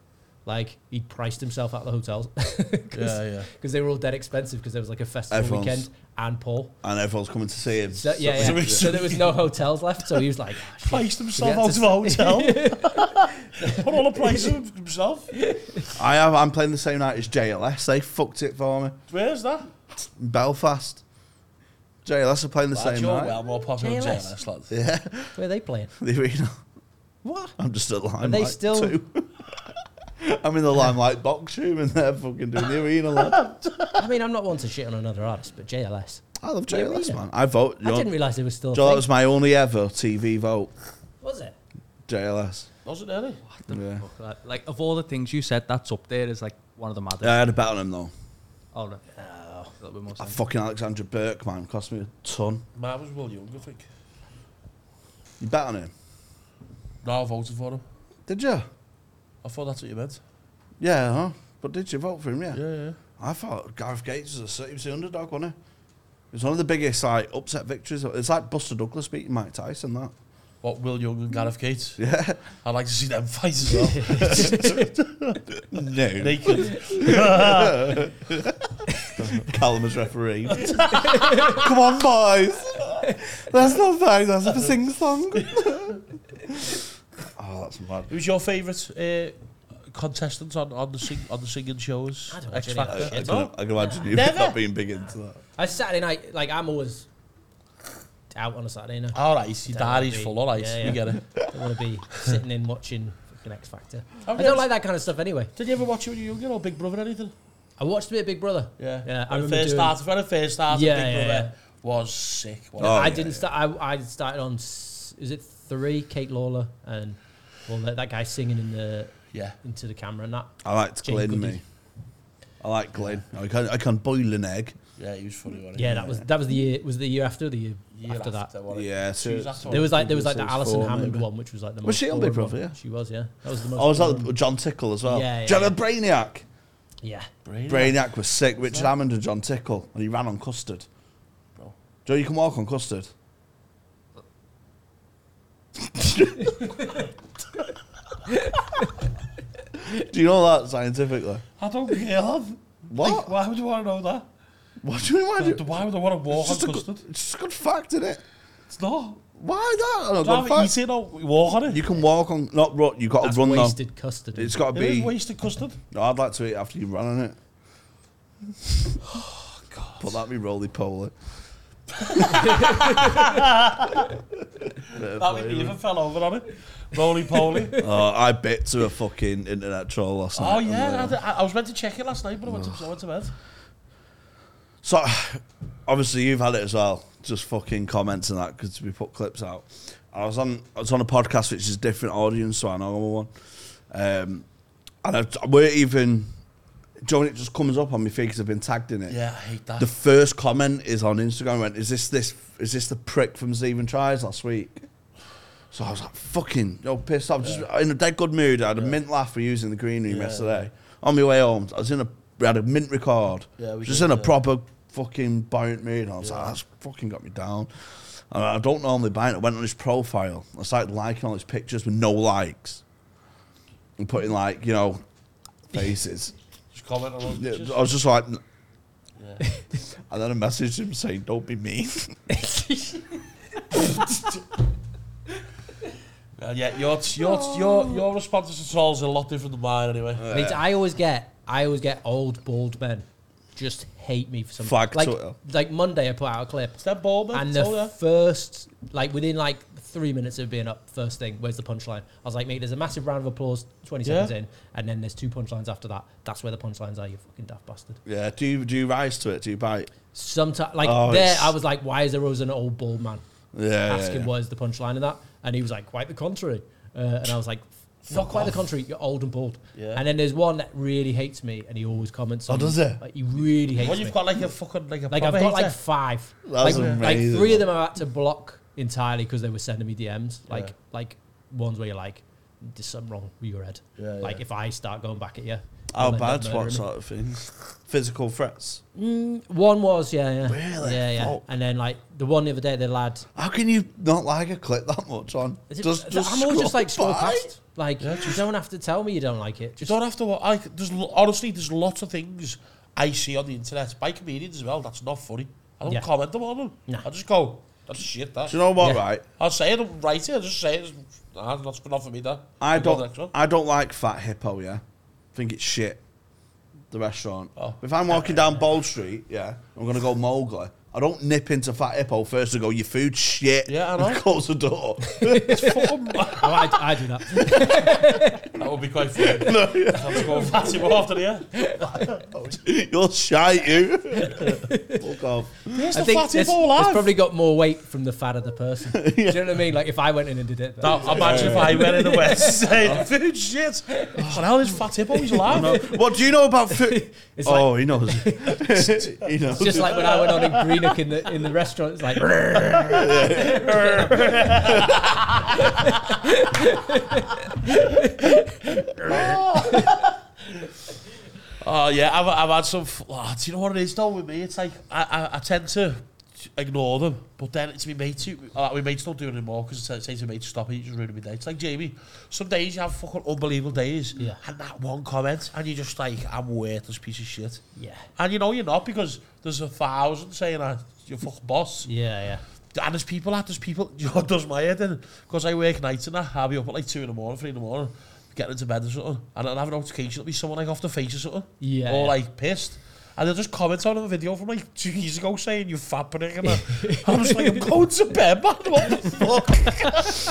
[SPEAKER 2] like he priced himself out of the hotels because
[SPEAKER 3] yeah.
[SPEAKER 2] they were all dead expensive because there was like a festival
[SPEAKER 1] Everyone's-
[SPEAKER 2] weekend and Paul.
[SPEAKER 1] And everyone's coming to see him.
[SPEAKER 2] So, yeah, yeah. so there was no hotels left, so he was like, "Ah, shit."
[SPEAKER 3] Priced himself
[SPEAKER 2] We had
[SPEAKER 3] out
[SPEAKER 2] to
[SPEAKER 3] of a hotel. Put all the price of himself.
[SPEAKER 1] I have, I'm playing the same night as JLS. They fucked it for me.
[SPEAKER 3] Where's that?
[SPEAKER 1] In Belfast. JLS are playing the
[SPEAKER 3] Lad,
[SPEAKER 1] same
[SPEAKER 3] you're
[SPEAKER 1] night.
[SPEAKER 3] well more popular than
[SPEAKER 2] JLS.
[SPEAKER 3] JLS, lad.
[SPEAKER 1] Yeah,
[SPEAKER 2] where are they playing?
[SPEAKER 1] the arena.
[SPEAKER 2] What?
[SPEAKER 1] I'm just at limelight.
[SPEAKER 2] they still-
[SPEAKER 1] Too. I'm in the limelight box room and they're fucking doing the arena. Lad.
[SPEAKER 2] I mean, I'm not one to shit on another artist, but JLS.
[SPEAKER 1] I love JLS,
[SPEAKER 2] arena.
[SPEAKER 1] man. I vote.
[SPEAKER 2] I didn't realize there was still. A
[SPEAKER 1] Joe, that
[SPEAKER 2] thing.
[SPEAKER 1] was my only ever TV vote.
[SPEAKER 2] was it?
[SPEAKER 1] JLS.
[SPEAKER 3] Wasn't early.
[SPEAKER 1] Yeah.
[SPEAKER 5] Fuck that. Like of all the things you said, that's up there is like one of the maddest.
[SPEAKER 1] Yeah, I had a bet on him though.
[SPEAKER 5] Oh no. A little bit more
[SPEAKER 1] That
[SPEAKER 5] sense.
[SPEAKER 1] fucking Alexandra Burke, man, cost me a ton.
[SPEAKER 3] Mine was Will Young, I think.
[SPEAKER 1] You bet on him?
[SPEAKER 3] No, I voted for him.
[SPEAKER 1] Did you?
[SPEAKER 3] I thought that's what you meant.
[SPEAKER 1] Yeah, huh? But did you vote for him? Yeah.
[SPEAKER 3] yeah.
[SPEAKER 1] I thought Gareth Gates was a city was the underdog, wasn't he? It was one of the biggest like upset victories. It's like Buster Douglas beating Mike Tyson. That.
[SPEAKER 3] What, Will Young and Gareth Gates?
[SPEAKER 1] Yeah.
[SPEAKER 3] I'd like to see them fight as well.
[SPEAKER 1] No.
[SPEAKER 3] Naked.
[SPEAKER 1] Callum as referee. Come on, boys. That's not fight. That's a sing song. oh, that's mad.
[SPEAKER 3] Who's your favourite uh, contestant on, on, the sing, on the singing shows?
[SPEAKER 2] I don't watch
[SPEAKER 3] X
[SPEAKER 2] any of that
[SPEAKER 1] I,
[SPEAKER 3] Factor.
[SPEAKER 1] I,
[SPEAKER 2] shit.
[SPEAKER 1] can, I can imagine you
[SPEAKER 3] Never.
[SPEAKER 1] not being big into that.
[SPEAKER 2] I Saturday night, like I'm always out on a Saturday night.
[SPEAKER 3] All right, your
[SPEAKER 2] Don't wanna
[SPEAKER 3] daddy's
[SPEAKER 2] be-
[SPEAKER 3] full, all right,
[SPEAKER 2] yeah,
[SPEAKER 3] we
[SPEAKER 2] yeah.
[SPEAKER 3] get it.
[SPEAKER 2] I don't want to be sitting in watching fucking X Factor.
[SPEAKER 3] Have
[SPEAKER 2] I
[SPEAKER 3] you ever-
[SPEAKER 2] don't like that kind of stuff anyway.
[SPEAKER 3] Did you ever watch it when you were younger or Big Brother or anything?
[SPEAKER 2] I watched a bit of Big Brother.
[SPEAKER 3] Yeah.
[SPEAKER 2] yeah.
[SPEAKER 3] When I
[SPEAKER 2] I remember
[SPEAKER 3] first
[SPEAKER 2] doing,
[SPEAKER 3] started, when I first started,
[SPEAKER 2] Yeah,
[SPEAKER 3] Big
[SPEAKER 2] yeah,
[SPEAKER 3] Brother was sick. wasn't
[SPEAKER 1] Oh,
[SPEAKER 2] I
[SPEAKER 1] yeah,
[SPEAKER 2] didn't start. I, I started on. s- Is it three? Kate Lawler and well, that, that guy singing in the
[SPEAKER 3] it? Yeah.
[SPEAKER 2] into the camera and that.
[SPEAKER 1] I liked
[SPEAKER 2] Jane
[SPEAKER 1] Glenn,
[SPEAKER 2] Goodall.
[SPEAKER 1] me. I like Glenn. I can I can boil an egg.
[SPEAKER 3] Yeah, he was funny, wasn't he?
[SPEAKER 2] Yeah, that was that was the year. Was it the year after or the year,
[SPEAKER 3] Year
[SPEAKER 2] after, that?
[SPEAKER 3] wasn't he?
[SPEAKER 1] Yeah, so
[SPEAKER 3] She was after
[SPEAKER 2] There was like there was
[SPEAKER 1] Google
[SPEAKER 2] like the
[SPEAKER 1] says
[SPEAKER 2] Alison
[SPEAKER 1] four,
[SPEAKER 2] Hammond
[SPEAKER 1] maybe.
[SPEAKER 2] one, which was like the
[SPEAKER 1] Was
[SPEAKER 2] most.
[SPEAKER 1] she on Big
[SPEAKER 2] boring
[SPEAKER 1] Brother,
[SPEAKER 2] one.
[SPEAKER 1] yeah?
[SPEAKER 2] she was. Yeah, that was the most.
[SPEAKER 1] Oh, was that
[SPEAKER 2] boring.
[SPEAKER 1] the- John Tickle as well?
[SPEAKER 2] Yeah, yeah,
[SPEAKER 1] Do you remember Brainiac?
[SPEAKER 2] Yeah.
[SPEAKER 3] Brain-
[SPEAKER 1] Brainiac was sick. Richard Hammond and John Tickle, and he ran on custard.
[SPEAKER 3] Bro.
[SPEAKER 1] Joe, you can walk on custard. Do you know that scientifically?
[SPEAKER 3] I don't care, love.
[SPEAKER 1] What?
[SPEAKER 3] Like, why would you want to know that?
[SPEAKER 1] What do you mean? Why do you,
[SPEAKER 3] Why would I want to walk
[SPEAKER 1] it's, just a
[SPEAKER 3] on
[SPEAKER 1] good,
[SPEAKER 3] custard?
[SPEAKER 1] it's just a good fact, isn't it?
[SPEAKER 3] It's not.
[SPEAKER 1] Why that? Oh, no,
[SPEAKER 3] Don't
[SPEAKER 1] good
[SPEAKER 3] have it
[SPEAKER 1] fact.
[SPEAKER 3] eaten or walk on it.
[SPEAKER 1] You can walk on, not run. You got
[SPEAKER 2] That's
[SPEAKER 1] to run though.
[SPEAKER 2] wasted custard.
[SPEAKER 1] It's got to
[SPEAKER 3] It is
[SPEAKER 1] be.
[SPEAKER 3] wasted custard.
[SPEAKER 1] No, I'd like to eat after you run on it. oh God! But that'd be roly poly.
[SPEAKER 3] That would even fell over on it. Roly poly.
[SPEAKER 1] Oh, I bit to a fucking internet troll last night.
[SPEAKER 3] oh yeah, I,
[SPEAKER 1] Unreal.
[SPEAKER 3] d- I- I was meant to check it last night, but I went to, I went to bed.
[SPEAKER 1] So, obviously, you've had it as well. Just fucking comments and that because we put clips out. I was on I was on a podcast which is a different audience, so I know I'm on one. Um, and I, I weren't even. Do you know when it just comes up on my feed because I've been tagged in it?
[SPEAKER 3] Yeah, I hate that.
[SPEAKER 1] The first comment is on Instagram. I Went, is this this is this the prick from Stephen Tries last week? So I was like, fucking, yo, pissed off. Just in a dead good mood. I had a mint laugh for using the green room yesterday. On my way home, I was in a we had a mint record.
[SPEAKER 3] Yeah, we
[SPEAKER 1] just
[SPEAKER 3] did,
[SPEAKER 1] in a
[SPEAKER 3] yeah.
[SPEAKER 1] proper fucking buoyant mood. And I was like, that's fucking got me down. And I don't normally buy it. I went on his profile. I started liking all his pictures with no likes. And putting like, you know, faces.
[SPEAKER 3] Just comment on
[SPEAKER 1] Yeah,
[SPEAKER 3] it. Just-
[SPEAKER 1] I was just like,
[SPEAKER 3] yeah.
[SPEAKER 1] and then I messaged him saying, "Don't be mean."
[SPEAKER 3] Well, yeah, your your your your
[SPEAKER 1] uh,
[SPEAKER 3] response to trolls is a lot different than mine anyway.
[SPEAKER 2] I mean, I always get I always get old bald men just hate me for something.
[SPEAKER 1] Flag
[SPEAKER 2] like,
[SPEAKER 1] Twitter.
[SPEAKER 2] Like Monday, I put out a clip,
[SPEAKER 3] It's that ball, man.
[SPEAKER 2] and
[SPEAKER 3] it's
[SPEAKER 2] the
[SPEAKER 3] all there.
[SPEAKER 2] first, like within like three minutes of being up, first thing, where's the punchline? I was like, mate, there's a massive round of applause, 20
[SPEAKER 3] Yeah.
[SPEAKER 2] seconds in, and then there's two punchlines after that. That's where the punchlines are, you fucking daft bastard.
[SPEAKER 1] Yeah, do you, do you rise to it? Do you bite?
[SPEAKER 2] Sometimes, like
[SPEAKER 1] Oh,
[SPEAKER 2] there,
[SPEAKER 1] it's-
[SPEAKER 2] I was like, why is there always an old bald man
[SPEAKER 1] Yeah, yeah,
[SPEAKER 2] asking
[SPEAKER 1] Uh, yeah.
[SPEAKER 2] what is the punchline of that? And he was like, quite the contrary. Uh, and I was like, not quite the contrary, you're old and bald.
[SPEAKER 3] Yeah.
[SPEAKER 2] And then there's one that really hates me, and he always comments.
[SPEAKER 1] Oh,
[SPEAKER 2] on-
[SPEAKER 1] does he?
[SPEAKER 2] Like, he really hates
[SPEAKER 3] Well,
[SPEAKER 2] me.
[SPEAKER 3] you've got like a fucking like a
[SPEAKER 2] Like I've
[SPEAKER 3] proper
[SPEAKER 2] got like
[SPEAKER 3] hater.
[SPEAKER 2] five.
[SPEAKER 1] That was
[SPEAKER 2] like,
[SPEAKER 1] amazing.
[SPEAKER 2] like three of them I've had to block entirely because they were sending me DMs. Like
[SPEAKER 3] Yeah.
[SPEAKER 2] like ones where you're like, there's something wrong with your head.
[SPEAKER 3] Yeah,
[SPEAKER 2] like
[SPEAKER 3] yeah.
[SPEAKER 2] if I start going back at you.
[SPEAKER 1] How
[SPEAKER 2] you'll end up
[SPEAKER 1] bad? What
[SPEAKER 2] murdering me.
[SPEAKER 1] sort of things? Physical threats.
[SPEAKER 2] Mm, one was, yeah, yeah.
[SPEAKER 1] Really?
[SPEAKER 2] Yeah, yeah.
[SPEAKER 1] Fuck.
[SPEAKER 2] And then like the one the other day the lad
[SPEAKER 1] How can you not like a clip that much on?
[SPEAKER 2] is it,
[SPEAKER 1] just, just
[SPEAKER 2] I'm always just like
[SPEAKER 1] scroll
[SPEAKER 2] scroll
[SPEAKER 1] by?
[SPEAKER 2] past. Like
[SPEAKER 3] Yeah,
[SPEAKER 2] you don't have to tell me you don't like it.
[SPEAKER 3] You
[SPEAKER 2] Just
[SPEAKER 3] don't have to. wa- I, there's dus lo- honestly, there's lots of things Dus I see on the internet by comedians as well. That's not funny. I don't
[SPEAKER 2] Yeah.
[SPEAKER 3] comment on them.
[SPEAKER 2] Nah.
[SPEAKER 3] I just go, that's shit. That
[SPEAKER 1] Do you know what?
[SPEAKER 2] Yeah.
[SPEAKER 1] Right,
[SPEAKER 3] I'll say it. I'm right here. I just say it. Nah, that's not for me. That
[SPEAKER 1] I
[SPEAKER 3] We'll go
[SPEAKER 1] don't.
[SPEAKER 3] next one.
[SPEAKER 1] I don't like Fat Hippo. Yeah, think it's shit. The restaurant.
[SPEAKER 3] Oh.
[SPEAKER 1] If I'm walking down Bold Street, yeah, I'm gonna go Mowgli. I don't nip into Fat Hippo first and go, "Your food shit."
[SPEAKER 3] Yeah, I
[SPEAKER 1] and
[SPEAKER 3] know.
[SPEAKER 1] Close the door.
[SPEAKER 3] It's fucking. that
[SPEAKER 2] oh, I, I do that.
[SPEAKER 3] would be quite funny. no, yeah. Have to go and pat him off, don't you?
[SPEAKER 1] You'll shite you. Fuck off.
[SPEAKER 3] There's
[SPEAKER 2] I
[SPEAKER 3] the
[SPEAKER 2] think
[SPEAKER 3] fatty
[SPEAKER 2] it's,
[SPEAKER 3] ball
[SPEAKER 2] it's
[SPEAKER 3] live.
[SPEAKER 2] probably got more weight from the fat of the person. Do you know what I mean? Like if I went in and did it,
[SPEAKER 3] Now, imagine if I went in the west saying, food shit. What the hell is fat hippo? He's alive.
[SPEAKER 1] What do you know about food?
[SPEAKER 2] It's
[SPEAKER 1] oh, he knows. he knows.
[SPEAKER 2] It's just like when I went on in Greenock in the in the restaurant, it's like
[SPEAKER 3] Oh yeah, I've, I've had some. f- Oh, do you know what it is though with me? It's like I, I, I tend to ignore them, but then it's my mates. Who, uh, my mates don't do it anymore because it says to me to stop it. You just ruining my day. It's like Jamie. Some days you have fucking unbelievable days,
[SPEAKER 2] Yeah.
[SPEAKER 3] and that one comment, and you're just like, I'm worthless piece of shit.
[SPEAKER 2] yeah,
[SPEAKER 3] And you know you're not because there's a thousand saying that you're fucking boss.
[SPEAKER 2] yeah, yeah.
[SPEAKER 3] And there's people that there's people you know what does my head in because I work nights and that I'll be up at like two in the morning, three in the morning, getting into bed and something, and I'll have an notification. It'll be someone like off the face or something,
[SPEAKER 2] Yeah,
[SPEAKER 3] or
[SPEAKER 2] yeah.
[SPEAKER 3] like pissed. And they'll just comment on a video from like two years ago saying you fat prick and that. I'm just like I'm going to bed, man. What the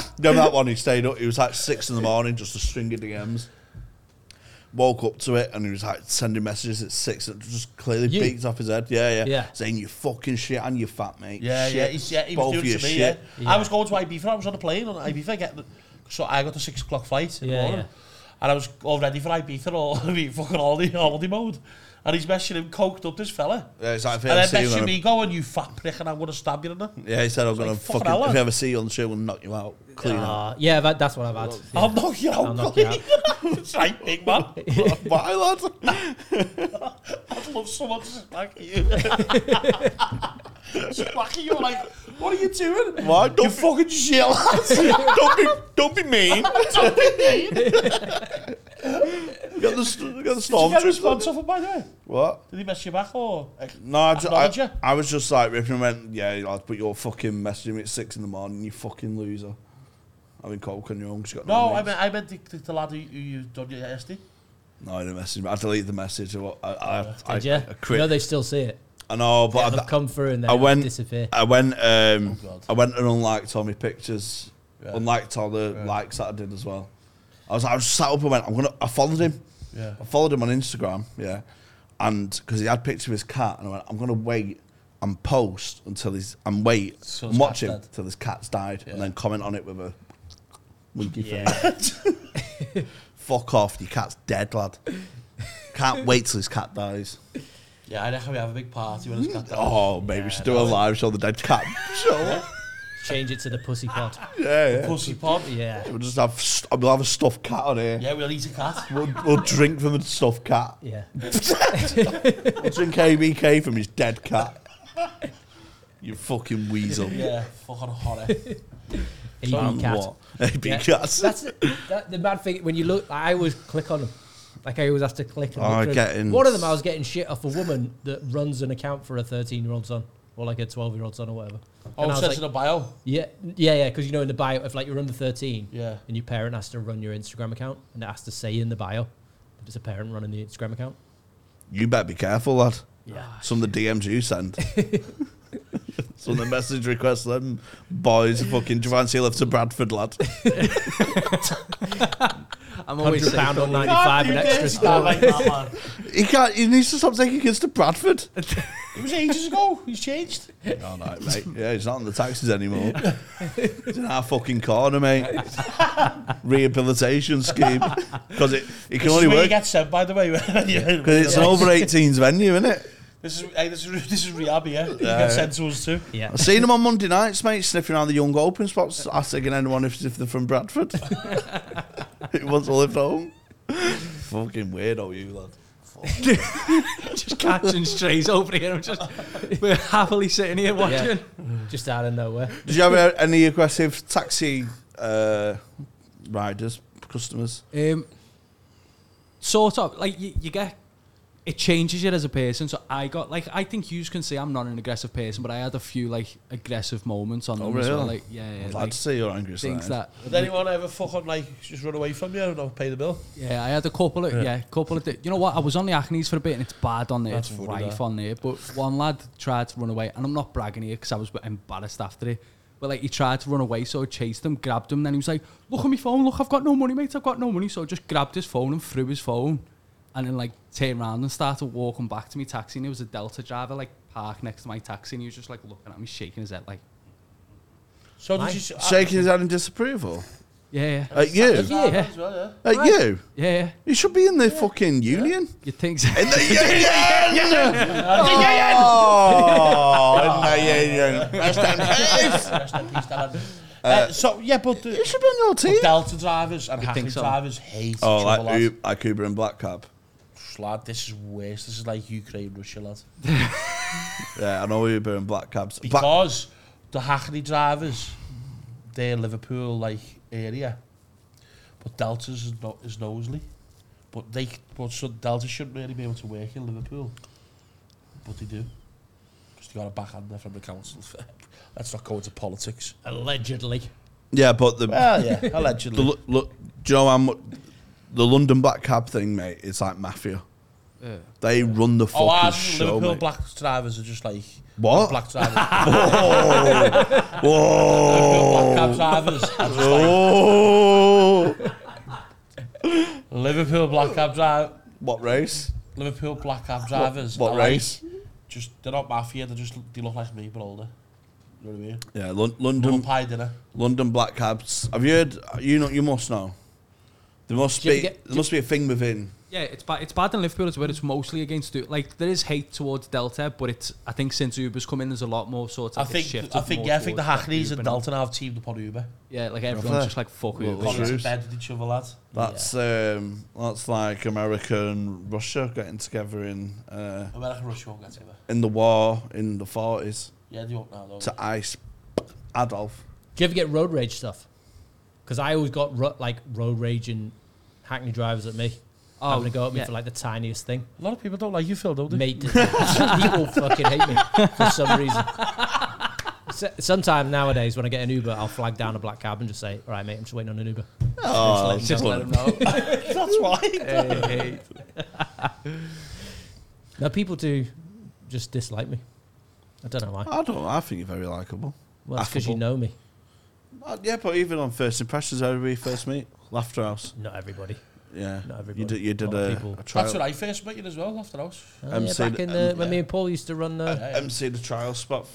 [SPEAKER 3] fuck?
[SPEAKER 1] Then that one, he stayed up. He was like six in the morning, just a string of DMs. Woke up to it, and he was like sending messages at six, and just clearly
[SPEAKER 2] You?
[SPEAKER 1] beats off his head. Yeah, yeah,
[SPEAKER 2] Yeah.
[SPEAKER 1] Saying you fucking shit and you fat mate.
[SPEAKER 3] Yeah,
[SPEAKER 1] shit.
[SPEAKER 3] yeah, he's, yeah, he was
[SPEAKER 1] Both
[SPEAKER 3] doing it
[SPEAKER 1] of
[SPEAKER 3] to
[SPEAKER 1] you
[SPEAKER 3] me. Yeah.
[SPEAKER 1] shit.
[SPEAKER 3] I was going to Ibiza. I was on a plane on Ibiza getting, so I got the six o'clock flight in
[SPEAKER 2] Yeah,
[SPEAKER 3] the morning, and I was all ready for Ibiza or fucking holiday holiday mode. And he's messaging him coked up this fella.
[SPEAKER 1] Yeah, it's like, if I
[SPEAKER 3] And
[SPEAKER 1] ever
[SPEAKER 3] then
[SPEAKER 1] see you, I'm
[SPEAKER 3] messaging
[SPEAKER 1] gonna-
[SPEAKER 3] me going, you fat prick, and I'm going to stab you in the...
[SPEAKER 1] yeah, he said I'm gonna
[SPEAKER 3] like, fucking
[SPEAKER 1] fucking.
[SPEAKER 3] hell,
[SPEAKER 1] if
[SPEAKER 3] lad.
[SPEAKER 1] I ever see you on the show, I'm gonna knock you out. Clean out.
[SPEAKER 2] Uh, yeah, that, that's what I've had. Yeah.
[SPEAKER 3] I'll knock you out.
[SPEAKER 2] I'll knock you out.
[SPEAKER 3] That's right, big man.
[SPEAKER 1] Why, lad?
[SPEAKER 3] I'd love someone to smack you. smack you, like, what are you doing?
[SPEAKER 1] Why?
[SPEAKER 3] You
[SPEAKER 1] Don't,
[SPEAKER 3] fucking shit, lad.
[SPEAKER 1] don't be, don't be mean.
[SPEAKER 3] Don't be mean.
[SPEAKER 1] Get the, st- get the
[SPEAKER 3] Did you get a
[SPEAKER 1] storm.
[SPEAKER 3] response off him, by the way?
[SPEAKER 1] What?
[SPEAKER 3] Did he mess you back, or...
[SPEAKER 1] No, I, ju-
[SPEAKER 3] Acknowledge
[SPEAKER 1] I,
[SPEAKER 3] you?
[SPEAKER 1] I was just like ripping and went, yeah, lad, but you're fucking messaging me at six in the morning, you fucking loser. I mean, Cole can you wrong, 'cause you got no.
[SPEAKER 3] No, I
[SPEAKER 1] mates.
[SPEAKER 3] meant, I meant the, the, the lad who, who you done your SD.
[SPEAKER 1] No, I didn't message me. I deleted the message. I, I, I, I,
[SPEAKER 2] Did you?
[SPEAKER 1] I
[SPEAKER 2] You
[SPEAKER 1] quit.
[SPEAKER 2] know they still see it.
[SPEAKER 1] I know,
[SPEAKER 2] But
[SPEAKER 1] but
[SPEAKER 2] I've
[SPEAKER 1] I,
[SPEAKER 2] come through and then
[SPEAKER 1] I went-
[SPEAKER 2] disappear.
[SPEAKER 1] I went, um,
[SPEAKER 3] Oh, God.
[SPEAKER 1] I went and unliked all my pictures,
[SPEAKER 3] Yeah.
[SPEAKER 1] unliked all the likes that I did as well. I was, I was sat up and went, I'm gonna. I followed him.
[SPEAKER 3] Yeah.
[SPEAKER 1] I followed him on Instagram. Yeah, and because he had pictures of his cat, and I went, I'm gonna wait and post until he's and wait
[SPEAKER 3] So his
[SPEAKER 1] and watch
[SPEAKER 3] cat's
[SPEAKER 1] him
[SPEAKER 3] dead.
[SPEAKER 1] till his cat's died,
[SPEAKER 3] Yeah.
[SPEAKER 1] and then comment on it with a winky
[SPEAKER 2] Yeah.
[SPEAKER 1] face. Fuck off, your cat's dead, lad. Can't wait till his cat dies.
[SPEAKER 3] Yeah, I reckon we have a big party when it's got that.
[SPEAKER 1] Oh, maybe we should do a live show of the dead cat show.
[SPEAKER 2] Change it to the pussy pod.
[SPEAKER 1] yeah, yeah.
[SPEAKER 3] Pussy pod.
[SPEAKER 2] Yeah,
[SPEAKER 1] We'll just have st- we'll have a stuffed cat on here.
[SPEAKER 3] Yeah, we'll eat a cat.
[SPEAKER 1] We'll, we'll drink from a stuffed cat.
[SPEAKER 2] yeah.
[SPEAKER 1] We'll drink ABK from his dead cat. You fucking weasel.
[SPEAKER 3] Yeah, fucking horror.
[SPEAKER 2] Even
[SPEAKER 1] And
[SPEAKER 2] cat.
[SPEAKER 1] what? AB
[SPEAKER 2] Yeah.
[SPEAKER 1] cats.
[SPEAKER 2] That's the, that, the bad thing when you look. Like, I always click on them. Like I always have to click. And
[SPEAKER 1] Oh,
[SPEAKER 2] look through.
[SPEAKER 1] getting-
[SPEAKER 2] One of them, I was getting shit off a woman that runs an account for a thirteen-year-old son or like a twelve-year-old son or whatever.
[SPEAKER 3] Oh,
[SPEAKER 2] And I
[SPEAKER 3] it
[SPEAKER 2] was
[SPEAKER 3] says
[SPEAKER 2] like,
[SPEAKER 3] in the bio.
[SPEAKER 2] Yeah, yeah, yeah. Because you know, in the bio, if like you're under 13,
[SPEAKER 3] Yeah.
[SPEAKER 2] and your parent has to run your Instagram account, and it has to say in the bio that it's a parent running the Instagram account.
[SPEAKER 1] You better be careful, lad.
[SPEAKER 2] Yeah.
[SPEAKER 1] Some of the DMs you send. Some of the message requests them boys fucking Javancy left to Bradford lad.
[SPEAKER 5] I'm always
[SPEAKER 2] Hundred
[SPEAKER 5] safe.
[SPEAKER 2] pound on ninety five and extra stuff.
[SPEAKER 1] He can't he needs to stop taking kids to Bradford.
[SPEAKER 3] It was ages ago. He's changed.
[SPEAKER 1] No, no, mate. Yeah, he's not in the taxis anymore. he's in our fucking corner, mate. Rehabilitation scheme. Because it, it can
[SPEAKER 3] This
[SPEAKER 1] only
[SPEAKER 3] is where you
[SPEAKER 1] work.
[SPEAKER 3] get sent, by the way. when you-
[SPEAKER 1] Because it's an over 18s venue, isn't it?
[SPEAKER 3] This is hey, this is this is rehab, yeah. You get sent to us too.
[SPEAKER 2] Yeah.
[SPEAKER 1] I've seen them on Monday nights, mate, sniffing around the young open spots, asking anyone if, if they're from Bradford. Who wants to live at home? Fucking weirdo, you lad.
[SPEAKER 5] Just catching strays over here. I'm just we're happily sitting here watching.
[SPEAKER 2] Just out of nowhere.
[SPEAKER 1] Did you have a- any aggressive taxi uh, riders, customers?
[SPEAKER 5] Um, sort of like you, you get it changes you as a person. So I got like I think you can say I'm not an aggressive person, but I had a few like aggressive moments on
[SPEAKER 1] Oh,
[SPEAKER 5] them as well.
[SPEAKER 1] really?
[SPEAKER 5] Like yeah, yeah
[SPEAKER 1] I'd like
[SPEAKER 5] like,
[SPEAKER 1] to see your angry
[SPEAKER 5] things
[SPEAKER 1] side.
[SPEAKER 5] that.
[SPEAKER 3] Did anyone ever fuck on like just run away from you and not pay the bill?
[SPEAKER 5] Yeah, I had a couple of yeah, couple of. Di- you know what? I was on the Acne's for a bit, and it's bad on there. it's
[SPEAKER 3] funny,
[SPEAKER 5] rife
[SPEAKER 3] that.
[SPEAKER 5] on there. But one lad tried to run away, and I'm not bragging here because I was a bit embarrassed after it. But like he tried to run away, so I chased him, grabbed him, then he was like, "Look at my phone! Look, I've got no money, mate! I've got no money!" So I just grabbed his phone and threw his phone, and then like turned around and started walking back to my taxi. And it was a Delta driver like parked next to my taxi, and he was just like looking at me, shaking his head, like,
[SPEAKER 3] So
[SPEAKER 2] Aye.
[SPEAKER 3] did you s-
[SPEAKER 1] Shaking his head in disapproval.
[SPEAKER 5] "Yeah, yeah,
[SPEAKER 1] At you?
[SPEAKER 3] As well,
[SPEAKER 5] Yeah.
[SPEAKER 3] as well, yeah.
[SPEAKER 1] At you?
[SPEAKER 5] yeah, yeah.
[SPEAKER 1] You should be in the fucking union.
[SPEAKER 5] you think?" So.
[SPEAKER 1] In the union! Oh, in the union. Rest in peace.
[SPEAKER 3] Ah, Rest in peace, Dad. Uh, so yeah, but
[SPEAKER 1] You
[SPEAKER 3] the
[SPEAKER 1] should be on your
[SPEAKER 3] but
[SPEAKER 1] team.
[SPEAKER 3] Delta drivers and Hackney
[SPEAKER 5] think so.
[SPEAKER 3] drivers hate
[SPEAKER 1] Oh,
[SPEAKER 3] each other.
[SPEAKER 1] like,
[SPEAKER 3] lad.
[SPEAKER 1] U- like Uber and Black Cab.
[SPEAKER 3] lad, this is worse. This is like Ukraine, Russia, lad.
[SPEAKER 1] Yeah, I know Uber and Black Cabs. Black,
[SPEAKER 3] Because the Hackney drivers, they're Liverpool like area, but Delta's is, no, is Knowsley, but they c- but so Delta shouldn't really be able to work in Liverpool, but they do. Just got a backhander from the council. Let's not go into politics.
[SPEAKER 2] Allegedly.
[SPEAKER 1] yeah, but the,
[SPEAKER 3] Well, yeah,
[SPEAKER 1] the
[SPEAKER 3] allegedly.
[SPEAKER 1] look, look, do you know how much the London Black Cab thing, mate? It's like mafia.
[SPEAKER 5] Yeah.
[SPEAKER 1] They run the fucking
[SPEAKER 3] Oh, and
[SPEAKER 1] show,
[SPEAKER 3] Liverpool
[SPEAKER 1] mate.
[SPEAKER 3] black drivers are just like
[SPEAKER 1] What?
[SPEAKER 3] black drivers. Liverpool
[SPEAKER 1] Whoa!
[SPEAKER 3] black cab drivers. are just like-
[SPEAKER 1] Oh!
[SPEAKER 3] Liverpool black cab driver.
[SPEAKER 1] what race?
[SPEAKER 3] Liverpool black cab drivers.
[SPEAKER 1] What
[SPEAKER 3] are like-
[SPEAKER 1] race?
[SPEAKER 3] just they're not mafia. They just they look like me, but older. You know what I mean?
[SPEAKER 1] Yeah, Lon-
[SPEAKER 3] Humble
[SPEAKER 1] London,
[SPEAKER 3] pie dinner.
[SPEAKER 1] London black cabs. Have you heard? You know, you must know. There must
[SPEAKER 5] Do you
[SPEAKER 1] be
[SPEAKER 5] ever get-
[SPEAKER 1] there must be a thing within.
[SPEAKER 5] Yeah, it's bad. It's bad in Liverpool as well. It's mostly against Du- like there is hate towards Delta, but it's I think since Uber's come in, there's a lot more sort
[SPEAKER 3] I
[SPEAKER 5] of. like,
[SPEAKER 3] think
[SPEAKER 5] shifted
[SPEAKER 3] I think
[SPEAKER 5] more
[SPEAKER 3] yeah, I think the
[SPEAKER 5] towards, like,
[SPEAKER 3] Hackneys
[SPEAKER 5] Uber
[SPEAKER 3] and
[SPEAKER 5] now.
[SPEAKER 3] Dalton have teamed upon Uber.
[SPEAKER 5] Yeah, like everyone's just like fuck
[SPEAKER 1] Well,
[SPEAKER 5] Uber.
[SPEAKER 1] well,
[SPEAKER 3] Got into
[SPEAKER 1] Truth.
[SPEAKER 3] bed with each other, lad.
[SPEAKER 1] That's um, that's like America and Russia getting together in uh,
[SPEAKER 3] American Russia won't get Uber.
[SPEAKER 1] in the war in the forties
[SPEAKER 3] Yeah, they won't now though.
[SPEAKER 1] to ice Adolf.
[SPEAKER 2] Do you ever get road rage stuff? Because I always got ro- like road rage and Hackney drivers at me.
[SPEAKER 5] Oh,
[SPEAKER 2] having a go at me
[SPEAKER 5] yeah.
[SPEAKER 2] for like the tiniest thing.
[SPEAKER 3] A lot of people don't like you, Phil, don't they?
[SPEAKER 2] Mate, people fucking hate me for some reason. S- Sometimes nowadays, when I get an Uber, I'll flag down a black cab and just say, "All right, mate, I'm just waiting on an Uber."
[SPEAKER 1] Oh,
[SPEAKER 5] Just let them know.
[SPEAKER 3] That's why.
[SPEAKER 5] Hey, hey.
[SPEAKER 2] No, people do just dislike me. I don't know why.
[SPEAKER 1] I don't. I think you're very likable.
[SPEAKER 2] Well, it's because you
[SPEAKER 1] affable.
[SPEAKER 2] know me.
[SPEAKER 1] Uh, yeah, but even on first impressions, how did we first meet? Laughter House.
[SPEAKER 2] Not everybody.
[SPEAKER 1] Yeah,
[SPEAKER 2] Not everybody.
[SPEAKER 1] you did. You did
[SPEAKER 2] A lot of
[SPEAKER 1] a,
[SPEAKER 2] people.
[SPEAKER 1] a trial.
[SPEAKER 3] That's when I first met you as well, after house.
[SPEAKER 2] Oh, yeah,
[SPEAKER 1] MC
[SPEAKER 2] back in the,
[SPEAKER 1] um,
[SPEAKER 2] when
[SPEAKER 3] yeah.
[SPEAKER 2] me and Paul used to run the
[SPEAKER 3] Yeah, yeah.
[SPEAKER 1] MC uh, the trial spot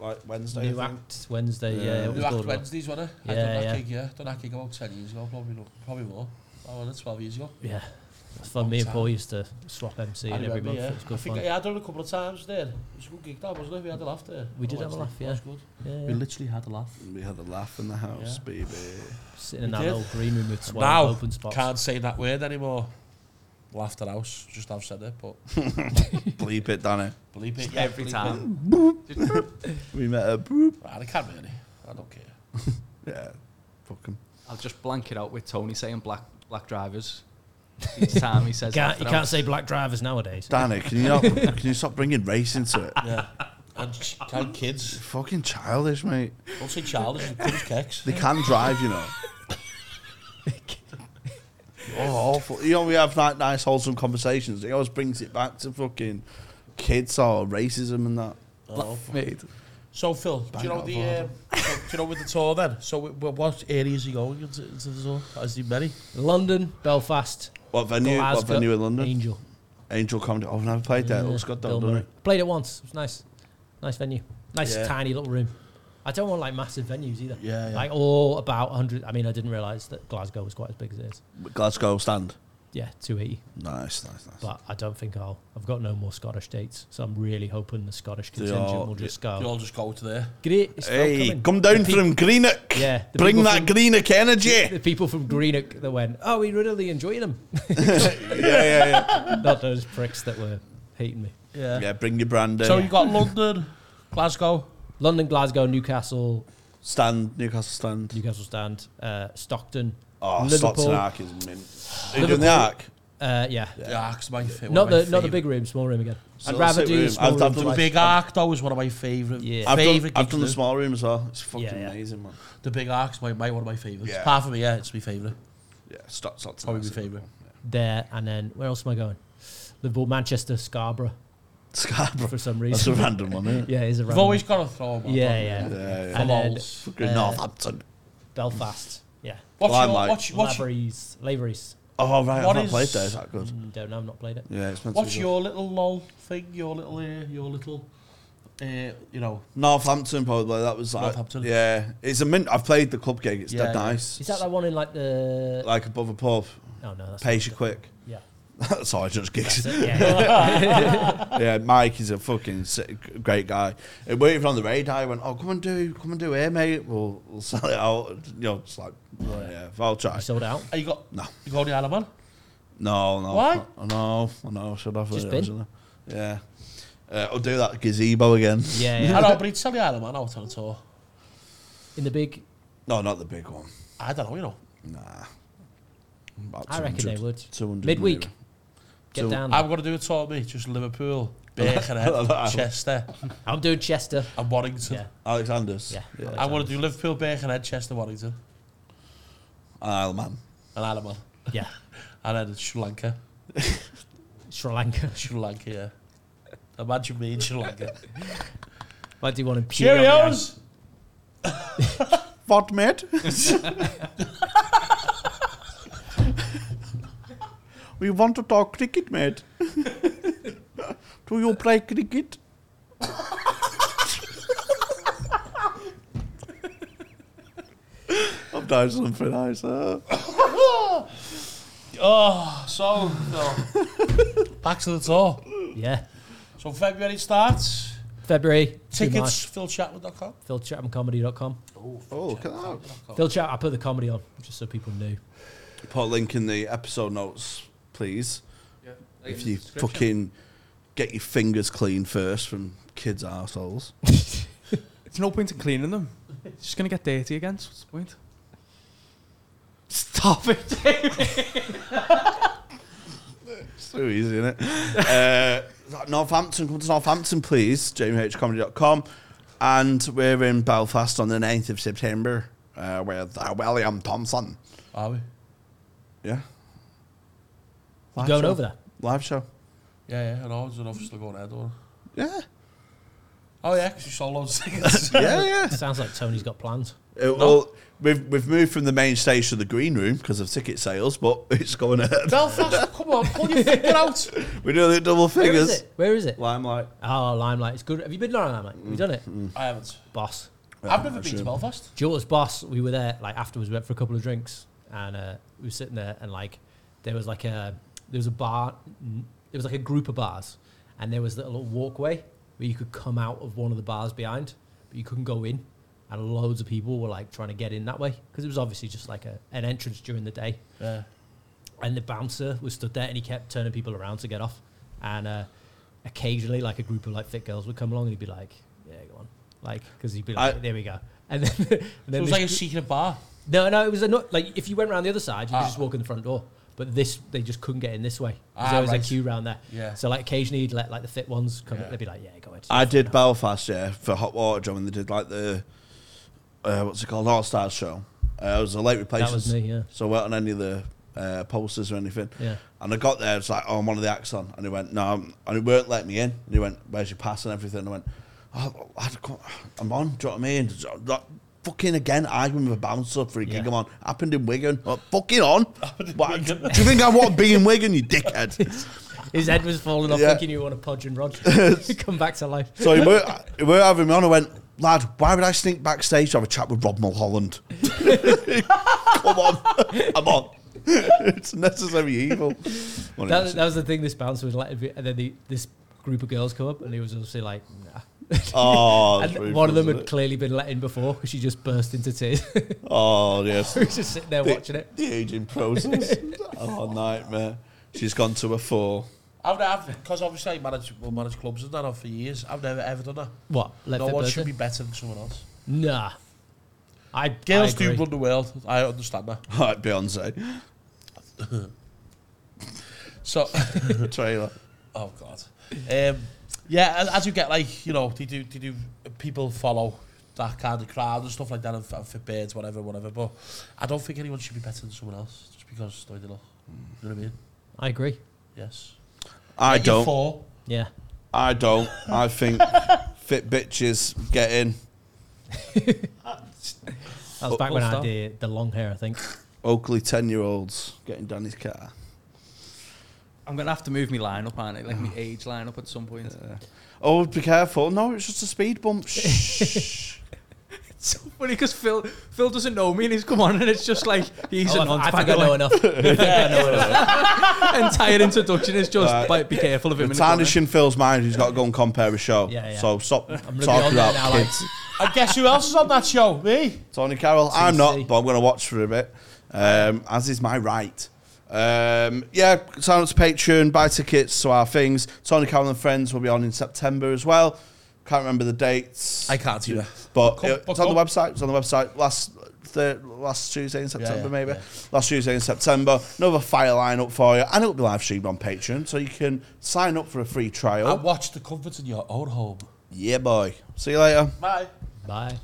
[SPEAKER 1] like Wednesday.
[SPEAKER 2] New
[SPEAKER 1] I think.
[SPEAKER 2] Act Wednesday. Yeah, it was
[SPEAKER 3] New Act
[SPEAKER 2] called.
[SPEAKER 3] Wednesdays, wasn't it? I
[SPEAKER 2] Yeah,
[SPEAKER 3] done that
[SPEAKER 2] yeah.
[SPEAKER 3] gig, yeah. Done that gig about 10 years ago, probably, no- probably more. Oh, well, that's 12 years ago.
[SPEAKER 2] Yeah. That's fun. Me and Paul used to swap MC
[SPEAKER 3] I
[SPEAKER 2] and every
[SPEAKER 3] remember,
[SPEAKER 2] month.
[SPEAKER 3] yeah.
[SPEAKER 2] It was
[SPEAKER 3] I
[SPEAKER 2] good
[SPEAKER 3] think
[SPEAKER 2] fun.
[SPEAKER 3] I had done it a couple of times there. It was a good gig, that, wasn't it? We had a laugh there.
[SPEAKER 2] We did
[SPEAKER 3] On
[SPEAKER 2] have a
[SPEAKER 3] Wednesday.
[SPEAKER 2] laugh,
[SPEAKER 3] That was good.
[SPEAKER 2] Yeah,
[SPEAKER 3] We
[SPEAKER 2] yeah.
[SPEAKER 3] literally had a laugh.
[SPEAKER 1] We had a laugh in the house, baby.
[SPEAKER 2] Sitting in
[SPEAKER 3] we
[SPEAKER 2] that
[SPEAKER 3] did.
[SPEAKER 2] little green room with 12
[SPEAKER 3] Now,
[SPEAKER 2] open spots.
[SPEAKER 3] Can't say that word anymore. Laughed at house, just I've said it, but
[SPEAKER 1] Bleep it, Danny.
[SPEAKER 3] believe it. yeah,
[SPEAKER 5] Every
[SPEAKER 3] bleep
[SPEAKER 5] time.
[SPEAKER 1] We met a boop.
[SPEAKER 3] it. Right, I can't really. I don't care.
[SPEAKER 1] Yeah, fucking.
[SPEAKER 5] I'll just blank it out with Tony saying black black drivers. Each time he says
[SPEAKER 2] Can't-
[SPEAKER 5] after
[SPEAKER 2] you
[SPEAKER 5] hours.
[SPEAKER 2] can't say black drivers nowadays.
[SPEAKER 1] Danny, can you not, can you stop bringing race into it?
[SPEAKER 3] Yeah. And ch- can kids.
[SPEAKER 1] Fucking childish, mate.
[SPEAKER 3] Don't say childish and kids cakes.
[SPEAKER 1] They can drive, you know. oh, awful. You know, we have like nice, wholesome conversations. He always brings it back to fucking kids or racism and that.
[SPEAKER 3] Oh,
[SPEAKER 5] Mate.
[SPEAKER 3] So Phil, do you know
[SPEAKER 1] out
[SPEAKER 3] the
[SPEAKER 1] of
[SPEAKER 3] um, so, do you know with the tour then? So w- w- what area is he going into, into the tour? Is he many?
[SPEAKER 2] London, Belfast,
[SPEAKER 1] What venue? What
[SPEAKER 2] Glasgow,
[SPEAKER 1] venue in London? Angel,
[SPEAKER 2] Angel.
[SPEAKER 1] Comedy. Oh, I've never played there. It looks good though,
[SPEAKER 2] Bill
[SPEAKER 1] doesn't
[SPEAKER 2] Murray.
[SPEAKER 1] it?
[SPEAKER 2] Played it once. It was nice. Nice venue. Nice
[SPEAKER 3] Yeah.
[SPEAKER 2] tiny little room. I don't want like massive venues either.
[SPEAKER 3] Yeah, yeah.
[SPEAKER 2] Like all about 100. I mean, I didn't realise that Glasgow was quite as big as it is.
[SPEAKER 1] Glasgow stand.
[SPEAKER 2] Yeah, 280.
[SPEAKER 1] Nice, nice, nice.
[SPEAKER 2] But I don't think I'll. I've got no more Scottish dates, so I'm really hoping the Scottish
[SPEAKER 1] They
[SPEAKER 2] contingent
[SPEAKER 1] are-
[SPEAKER 2] will just
[SPEAKER 3] You
[SPEAKER 2] go.
[SPEAKER 3] all just go to there.
[SPEAKER 2] Great. It's
[SPEAKER 1] Hey,
[SPEAKER 2] welcoming."
[SPEAKER 1] come down
[SPEAKER 2] The peop-
[SPEAKER 1] from Greenock.
[SPEAKER 2] Yeah, the
[SPEAKER 1] Bring
[SPEAKER 2] people
[SPEAKER 1] that
[SPEAKER 2] from-
[SPEAKER 1] Greenock energy.
[SPEAKER 2] The people from Greenock that went, oh, we really enjoying them.
[SPEAKER 1] yeah, yeah, yeah.
[SPEAKER 2] Not those pricks that were hating me.
[SPEAKER 3] Yeah.
[SPEAKER 1] Yeah, bring your brand uh, in.
[SPEAKER 3] So you got London, Glasgow.
[SPEAKER 2] London, Glasgow, Newcastle,
[SPEAKER 1] stand, Newcastle stand.
[SPEAKER 2] Newcastle Stand, uh, Stockton.
[SPEAKER 1] Oh,
[SPEAKER 2] Liverpool.
[SPEAKER 1] Stockton Ark is mint. Are you doing the Ark?
[SPEAKER 2] Uh, yeah.
[SPEAKER 3] The Ark's my favorite.
[SPEAKER 2] Not the not the big room, small room again. I'd rather
[SPEAKER 1] sit with
[SPEAKER 2] do the
[SPEAKER 1] him.
[SPEAKER 2] small
[SPEAKER 1] I've
[SPEAKER 2] room.
[SPEAKER 1] done
[SPEAKER 2] for
[SPEAKER 3] The
[SPEAKER 2] like-
[SPEAKER 3] big Ark though is one of my favorite.
[SPEAKER 2] Yeah.
[SPEAKER 1] I've done,
[SPEAKER 3] favorite.
[SPEAKER 1] I've done the small room as well. It's fucking
[SPEAKER 2] Yeah, yeah.
[SPEAKER 1] amazing, man.
[SPEAKER 3] The big Ark's my, my one of my favorites.
[SPEAKER 1] Yeah.
[SPEAKER 3] Apart from me, yeah, it's my favorite.
[SPEAKER 1] Yeah, Stock, Stockton.
[SPEAKER 3] Probably my
[SPEAKER 1] Arc's a good
[SPEAKER 3] favorite.
[SPEAKER 1] one.
[SPEAKER 2] there and then where else am I going? Liverpool, Manchester, Scarborough
[SPEAKER 1] Scarborough.
[SPEAKER 2] for some
[SPEAKER 1] That's a
[SPEAKER 2] reason.
[SPEAKER 1] random one, isn't it?
[SPEAKER 2] yeah, it is a
[SPEAKER 3] We've
[SPEAKER 2] random.
[SPEAKER 3] always got to throw 'em out,
[SPEAKER 2] yeah,
[SPEAKER 3] haven't
[SPEAKER 2] yeah,
[SPEAKER 3] we?
[SPEAKER 1] Yeah, yeah.
[SPEAKER 2] And then
[SPEAKER 3] For
[SPEAKER 1] Fucking
[SPEAKER 2] uh,
[SPEAKER 1] Northampton.
[SPEAKER 2] Belfast. Yeah.
[SPEAKER 3] What's your,
[SPEAKER 1] Limelight.
[SPEAKER 3] what's, what's,
[SPEAKER 2] Laveries. Laveries.
[SPEAKER 1] Oh, right. I've
[SPEAKER 3] What
[SPEAKER 1] not
[SPEAKER 3] is-
[SPEAKER 1] played there. Is that good?
[SPEAKER 2] Mm, Don't know, I've not played it.
[SPEAKER 1] Yeah, it's meant
[SPEAKER 3] what's
[SPEAKER 1] to be
[SPEAKER 3] your little lol thing? Your little, uh, your little, uh, you know,
[SPEAKER 1] good. Northampton, probably. That was like.
[SPEAKER 3] Northampton.
[SPEAKER 1] Yeah. It's a mint. I've played the club gig. It's
[SPEAKER 3] Yeah,
[SPEAKER 1] dead
[SPEAKER 3] yeah.
[SPEAKER 1] nice.
[SPEAKER 2] Is that that one in like the
[SPEAKER 1] Like above a pub.
[SPEAKER 2] Oh no, that's
[SPEAKER 1] Pace you quick.
[SPEAKER 2] Yeah.
[SPEAKER 1] That's how I judge gigs.
[SPEAKER 2] That's it, yeah.
[SPEAKER 1] yeah, Mike is a fucking si- great guy. It weren't even on the radar. He went, "Oh, come and do, come and do it, mate. We'll, we'll sell it out." You know, it's like, "Well, yeah, I'll try.
[SPEAKER 2] You sold out.
[SPEAKER 3] Are you got
[SPEAKER 1] No.
[SPEAKER 3] You got the Isle of Man?
[SPEAKER 1] No, no,
[SPEAKER 3] Why?
[SPEAKER 1] No, no, should have
[SPEAKER 2] Just
[SPEAKER 1] it
[SPEAKER 2] been?
[SPEAKER 1] originally. Yeah, uh, I'll do that gazebo again.
[SPEAKER 2] Yeah,
[SPEAKER 3] I
[SPEAKER 2] yeah.
[SPEAKER 3] know, but he'd sell the Isle of Man out on a tour.
[SPEAKER 2] In the big
[SPEAKER 1] No, not the big one.
[SPEAKER 3] I don't know, you know.
[SPEAKER 1] Nah. About
[SPEAKER 2] I reckon they would.
[SPEAKER 1] 200
[SPEAKER 2] Midweek.
[SPEAKER 1] maybe.
[SPEAKER 2] Get
[SPEAKER 1] So-
[SPEAKER 2] down.
[SPEAKER 3] I'm
[SPEAKER 2] I'm,
[SPEAKER 3] going to do a tour, mate. Just Liverpool, Birkenhead, Chester,
[SPEAKER 2] doing Chester.
[SPEAKER 3] and Warrington.
[SPEAKER 2] Yeah.
[SPEAKER 1] Alexander's.
[SPEAKER 2] Yeah.
[SPEAKER 3] I want to do Liverpool, Birkenhead, Chester, Warrington,
[SPEAKER 1] Isle man.
[SPEAKER 3] and Isle of Man.
[SPEAKER 2] Yeah.
[SPEAKER 3] And then Sri Lanka.
[SPEAKER 2] Sri Lanka.
[SPEAKER 3] Sri Lanka, yeah. Imagine me in Sri Lanka.
[SPEAKER 2] Might do one in Pyongyang.
[SPEAKER 3] Cheerios!
[SPEAKER 1] What, mate? we want to talk cricket, mate. Do you play cricket? I've done something nice. huh?
[SPEAKER 3] Oh, so, no. back to the tour.
[SPEAKER 2] Yeah.
[SPEAKER 3] So February starts.
[SPEAKER 2] February.
[SPEAKER 3] Tickets, philchatwood.com.
[SPEAKER 2] PhilChatmanComedy.com.
[SPEAKER 1] Oh, look at that.
[SPEAKER 2] Phil Chat, I put the comedy on just so people knew.
[SPEAKER 1] Put a link in the episode notes, please. if you fucking get your fingers clean first from kids' arseholes.
[SPEAKER 5] There's no point in cleaning them. It's just going to get dirty again, so what's the point? Stop it.
[SPEAKER 1] It's too easy, isn't it? uh, Northampton, come to Northampton, please. jamiehcomedy.com. And we're in Belfast on the 9th of September uh, with uh, William Thompson.
[SPEAKER 3] Are we?
[SPEAKER 1] Yeah.
[SPEAKER 2] You're
[SPEAKER 1] Live
[SPEAKER 2] going
[SPEAKER 1] show.
[SPEAKER 2] over there.
[SPEAKER 1] Live show.
[SPEAKER 3] Yeah, yeah, I know. I was obviously going ahead, don't I?
[SPEAKER 1] Yeah.
[SPEAKER 3] Oh, yeah, because you sold loads of tickets.
[SPEAKER 1] Yeah, yeah.
[SPEAKER 2] Sounds like Tony's got plans.
[SPEAKER 1] Uh, well, we've, we've moved from the main stage to the green room because of ticket sales, but it's going ahead.
[SPEAKER 3] Belfast, come on, pull your finger out.
[SPEAKER 1] We're doing double
[SPEAKER 2] Where is
[SPEAKER 1] figures.
[SPEAKER 2] it? Where is it?
[SPEAKER 1] Limelight.
[SPEAKER 2] Oh, Limelight. It's good. Have you been on Limelight? Have you done it?
[SPEAKER 3] I haven't.
[SPEAKER 2] Boss.
[SPEAKER 3] I've never been to Belfast.
[SPEAKER 2] Jordan's boss, we were there, like, afterwards, we went for a couple of drinks and uh, we were sitting there and, like, there was, like, a, there was a bar, there was, like, a group of bars and there was a little walkway where you could come out of one of the bars behind, but you couldn't go in. And loads of people were, like, trying to get in that way because it was obviously just, like, a, an entrance during the day.
[SPEAKER 3] Yeah.
[SPEAKER 2] and the bouncer was stood there and he kept turning people around to get off. And uh, occasionally, like a group of like fit girls would come along and he'd be like, "Yeah, go on," like because he'd be like,
[SPEAKER 1] I-
[SPEAKER 2] "There we go." And then, and
[SPEAKER 3] So it
[SPEAKER 2] then
[SPEAKER 3] was
[SPEAKER 2] this-
[SPEAKER 3] like a secret bar.
[SPEAKER 2] no, no, it was a no- like if you went around the other side, you
[SPEAKER 3] Ah.
[SPEAKER 2] could just walk in the front door. But this, they just couldn't get in this way. 'cause
[SPEAKER 3] Ah,
[SPEAKER 2] there was
[SPEAKER 3] right.
[SPEAKER 2] a queue round there.
[SPEAKER 3] Yeah.
[SPEAKER 2] So like occasionally he'd let like the fit ones come.
[SPEAKER 3] Yeah.
[SPEAKER 2] They'd be like, "Yeah, go ahead."
[SPEAKER 1] I did Belfast, yeah, for Hot Water John when they did like the uh, what's it called All Stars show. Uh, it was a late
[SPEAKER 2] That
[SPEAKER 1] replacement.
[SPEAKER 2] was me. Yeah.
[SPEAKER 1] So I weren't on any of the uh, posters or anything.
[SPEAKER 2] Yeah.
[SPEAKER 1] And I got there, it's like, oh, I'm one of the acts on. And he went, no, I'm- and he won't let me in. And he went, where's your pass and everything? And I went, oh, lad, come on, I'm on, do you know what I mean? That fucking again, arguing with a bouncer for a gig
[SPEAKER 2] Yeah.
[SPEAKER 1] I'm on. Happened in Wigan. Like, fucking on. What, do you think I want to be in Wigan, you dickhead?
[SPEAKER 2] His head was falling off
[SPEAKER 1] Yeah.
[SPEAKER 2] thinking you want a podge and rod. Come back to life.
[SPEAKER 1] so he weren't, he weren't having me on. I went, lad, why would I sneak backstage to have a chat with Rob Mulholland? come on, I'm on. it's necessary evil. Well,
[SPEAKER 2] That,
[SPEAKER 1] it's-
[SPEAKER 2] that was the thing. This bouncer was like, and then the, this group of girls come up, and he was obviously like, nah.
[SPEAKER 1] oh,
[SPEAKER 2] And
[SPEAKER 1] it's really
[SPEAKER 2] one of them
[SPEAKER 1] fun,
[SPEAKER 2] had
[SPEAKER 1] isn't it?
[SPEAKER 2] clearly been let in before because she just burst into tears.
[SPEAKER 1] Oh, yes.
[SPEAKER 2] we were just sitting there watching it.
[SPEAKER 1] The aging process. oh, nightmare. She's gone to a four.
[SPEAKER 3] I've never, because obviously I manage, well, manage clubs and that on for years. I've never ever done that.
[SPEAKER 2] What? Let
[SPEAKER 3] no
[SPEAKER 2] fit
[SPEAKER 3] one
[SPEAKER 2] burst
[SPEAKER 3] should
[SPEAKER 2] in?
[SPEAKER 3] be better than someone else.
[SPEAKER 2] Nah. I
[SPEAKER 3] Girls
[SPEAKER 2] I
[SPEAKER 3] do
[SPEAKER 2] agree.
[SPEAKER 3] run the world. I understand that.
[SPEAKER 1] Like Beyonce.
[SPEAKER 3] So,
[SPEAKER 1] Trailer.
[SPEAKER 3] oh god. Um, yeah, as, as you get like you know, they do, they do. People follow that kind of crowd and stuff like that, and, f- and fit birds, whatever, whatever. But I don't think anyone should be better than someone else just because they look. You know what I mean?
[SPEAKER 2] I agree.
[SPEAKER 3] Yes.
[SPEAKER 1] I
[SPEAKER 3] Get your
[SPEAKER 1] don't.
[SPEAKER 3] Four.
[SPEAKER 2] Yeah.
[SPEAKER 1] I don't. I think fit bitches get in.
[SPEAKER 2] That was
[SPEAKER 1] Oh,
[SPEAKER 2] back when I
[SPEAKER 3] stop.
[SPEAKER 2] had the, the long hair, I think.
[SPEAKER 1] Oakley 10 year olds getting Danny's car.
[SPEAKER 5] I'm gonna have to move my lineup, aren't I? Like my age lineup at some point.
[SPEAKER 1] Oh, be careful. No, it's just a speed bump. Shh.
[SPEAKER 5] It's so funny because Phil Phil doesn't know me and he's come on and it's just like he's
[SPEAKER 2] Oh,
[SPEAKER 5] an
[SPEAKER 2] I, I
[SPEAKER 5] on
[SPEAKER 2] think I know enough. I think I know enough.
[SPEAKER 5] entire introduction is just
[SPEAKER 1] Right.
[SPEAKER 5] like be careful of him. in the corner.
[SPEAKER 1] Tarnishing Phil's mind, he's got to go and compare a show.
[SPEAKER 2] Yeah, yeah.
[SPEAKER 1] So stop
[SPEAKER 2] I'm gonna be
[SPEAKER 1] talking
[SPEAKER 2] on there
[SPEAKER 1] about
[SPEAKER 2] now,
[SPEAKER 1] kids.
[SPEAKER 2] lads.
[SPEAKER 3] And guess who else is on that show? Me.
[SPEAKER 1] Tony Carroll. I'm
[SPEAKER 2] TC.
[SPEAKER 1] not, but I'm going to watch for a bit, um, as is my right. Um, yeah, sign up to Patreon, buy tickets to our things. Tony Carroll and Friends will be on in September as well. Can't remember the dates,
[SPEAKER 3] I can't do that.
[SPEAKER 1] but
[SPEAKER 3] Come-
[SPEAKER 1] it's
[SPEAKER 3] come.
[SPEAKER 1] on the website. It's on the website. Last the last Tuesday in September,
[SPEAKER 3] yeah,
[SPEAKER 1] maybe
[SPEAKER 3] yeah.
[SPEAKER 1] last Tuesday in September. Another fire lineup for you, and it'll be live streamed on Patreon, so you can sign up for a free
[SPEAKER 3] I
[SPEAKER 1] trial.
[SPEAKER 3] watch the comforts in your own home.
[SPEAKER 1] yeah, boy. See you later.
[SPEAKER 3] Bye.
[SPEAKER 2] Bye.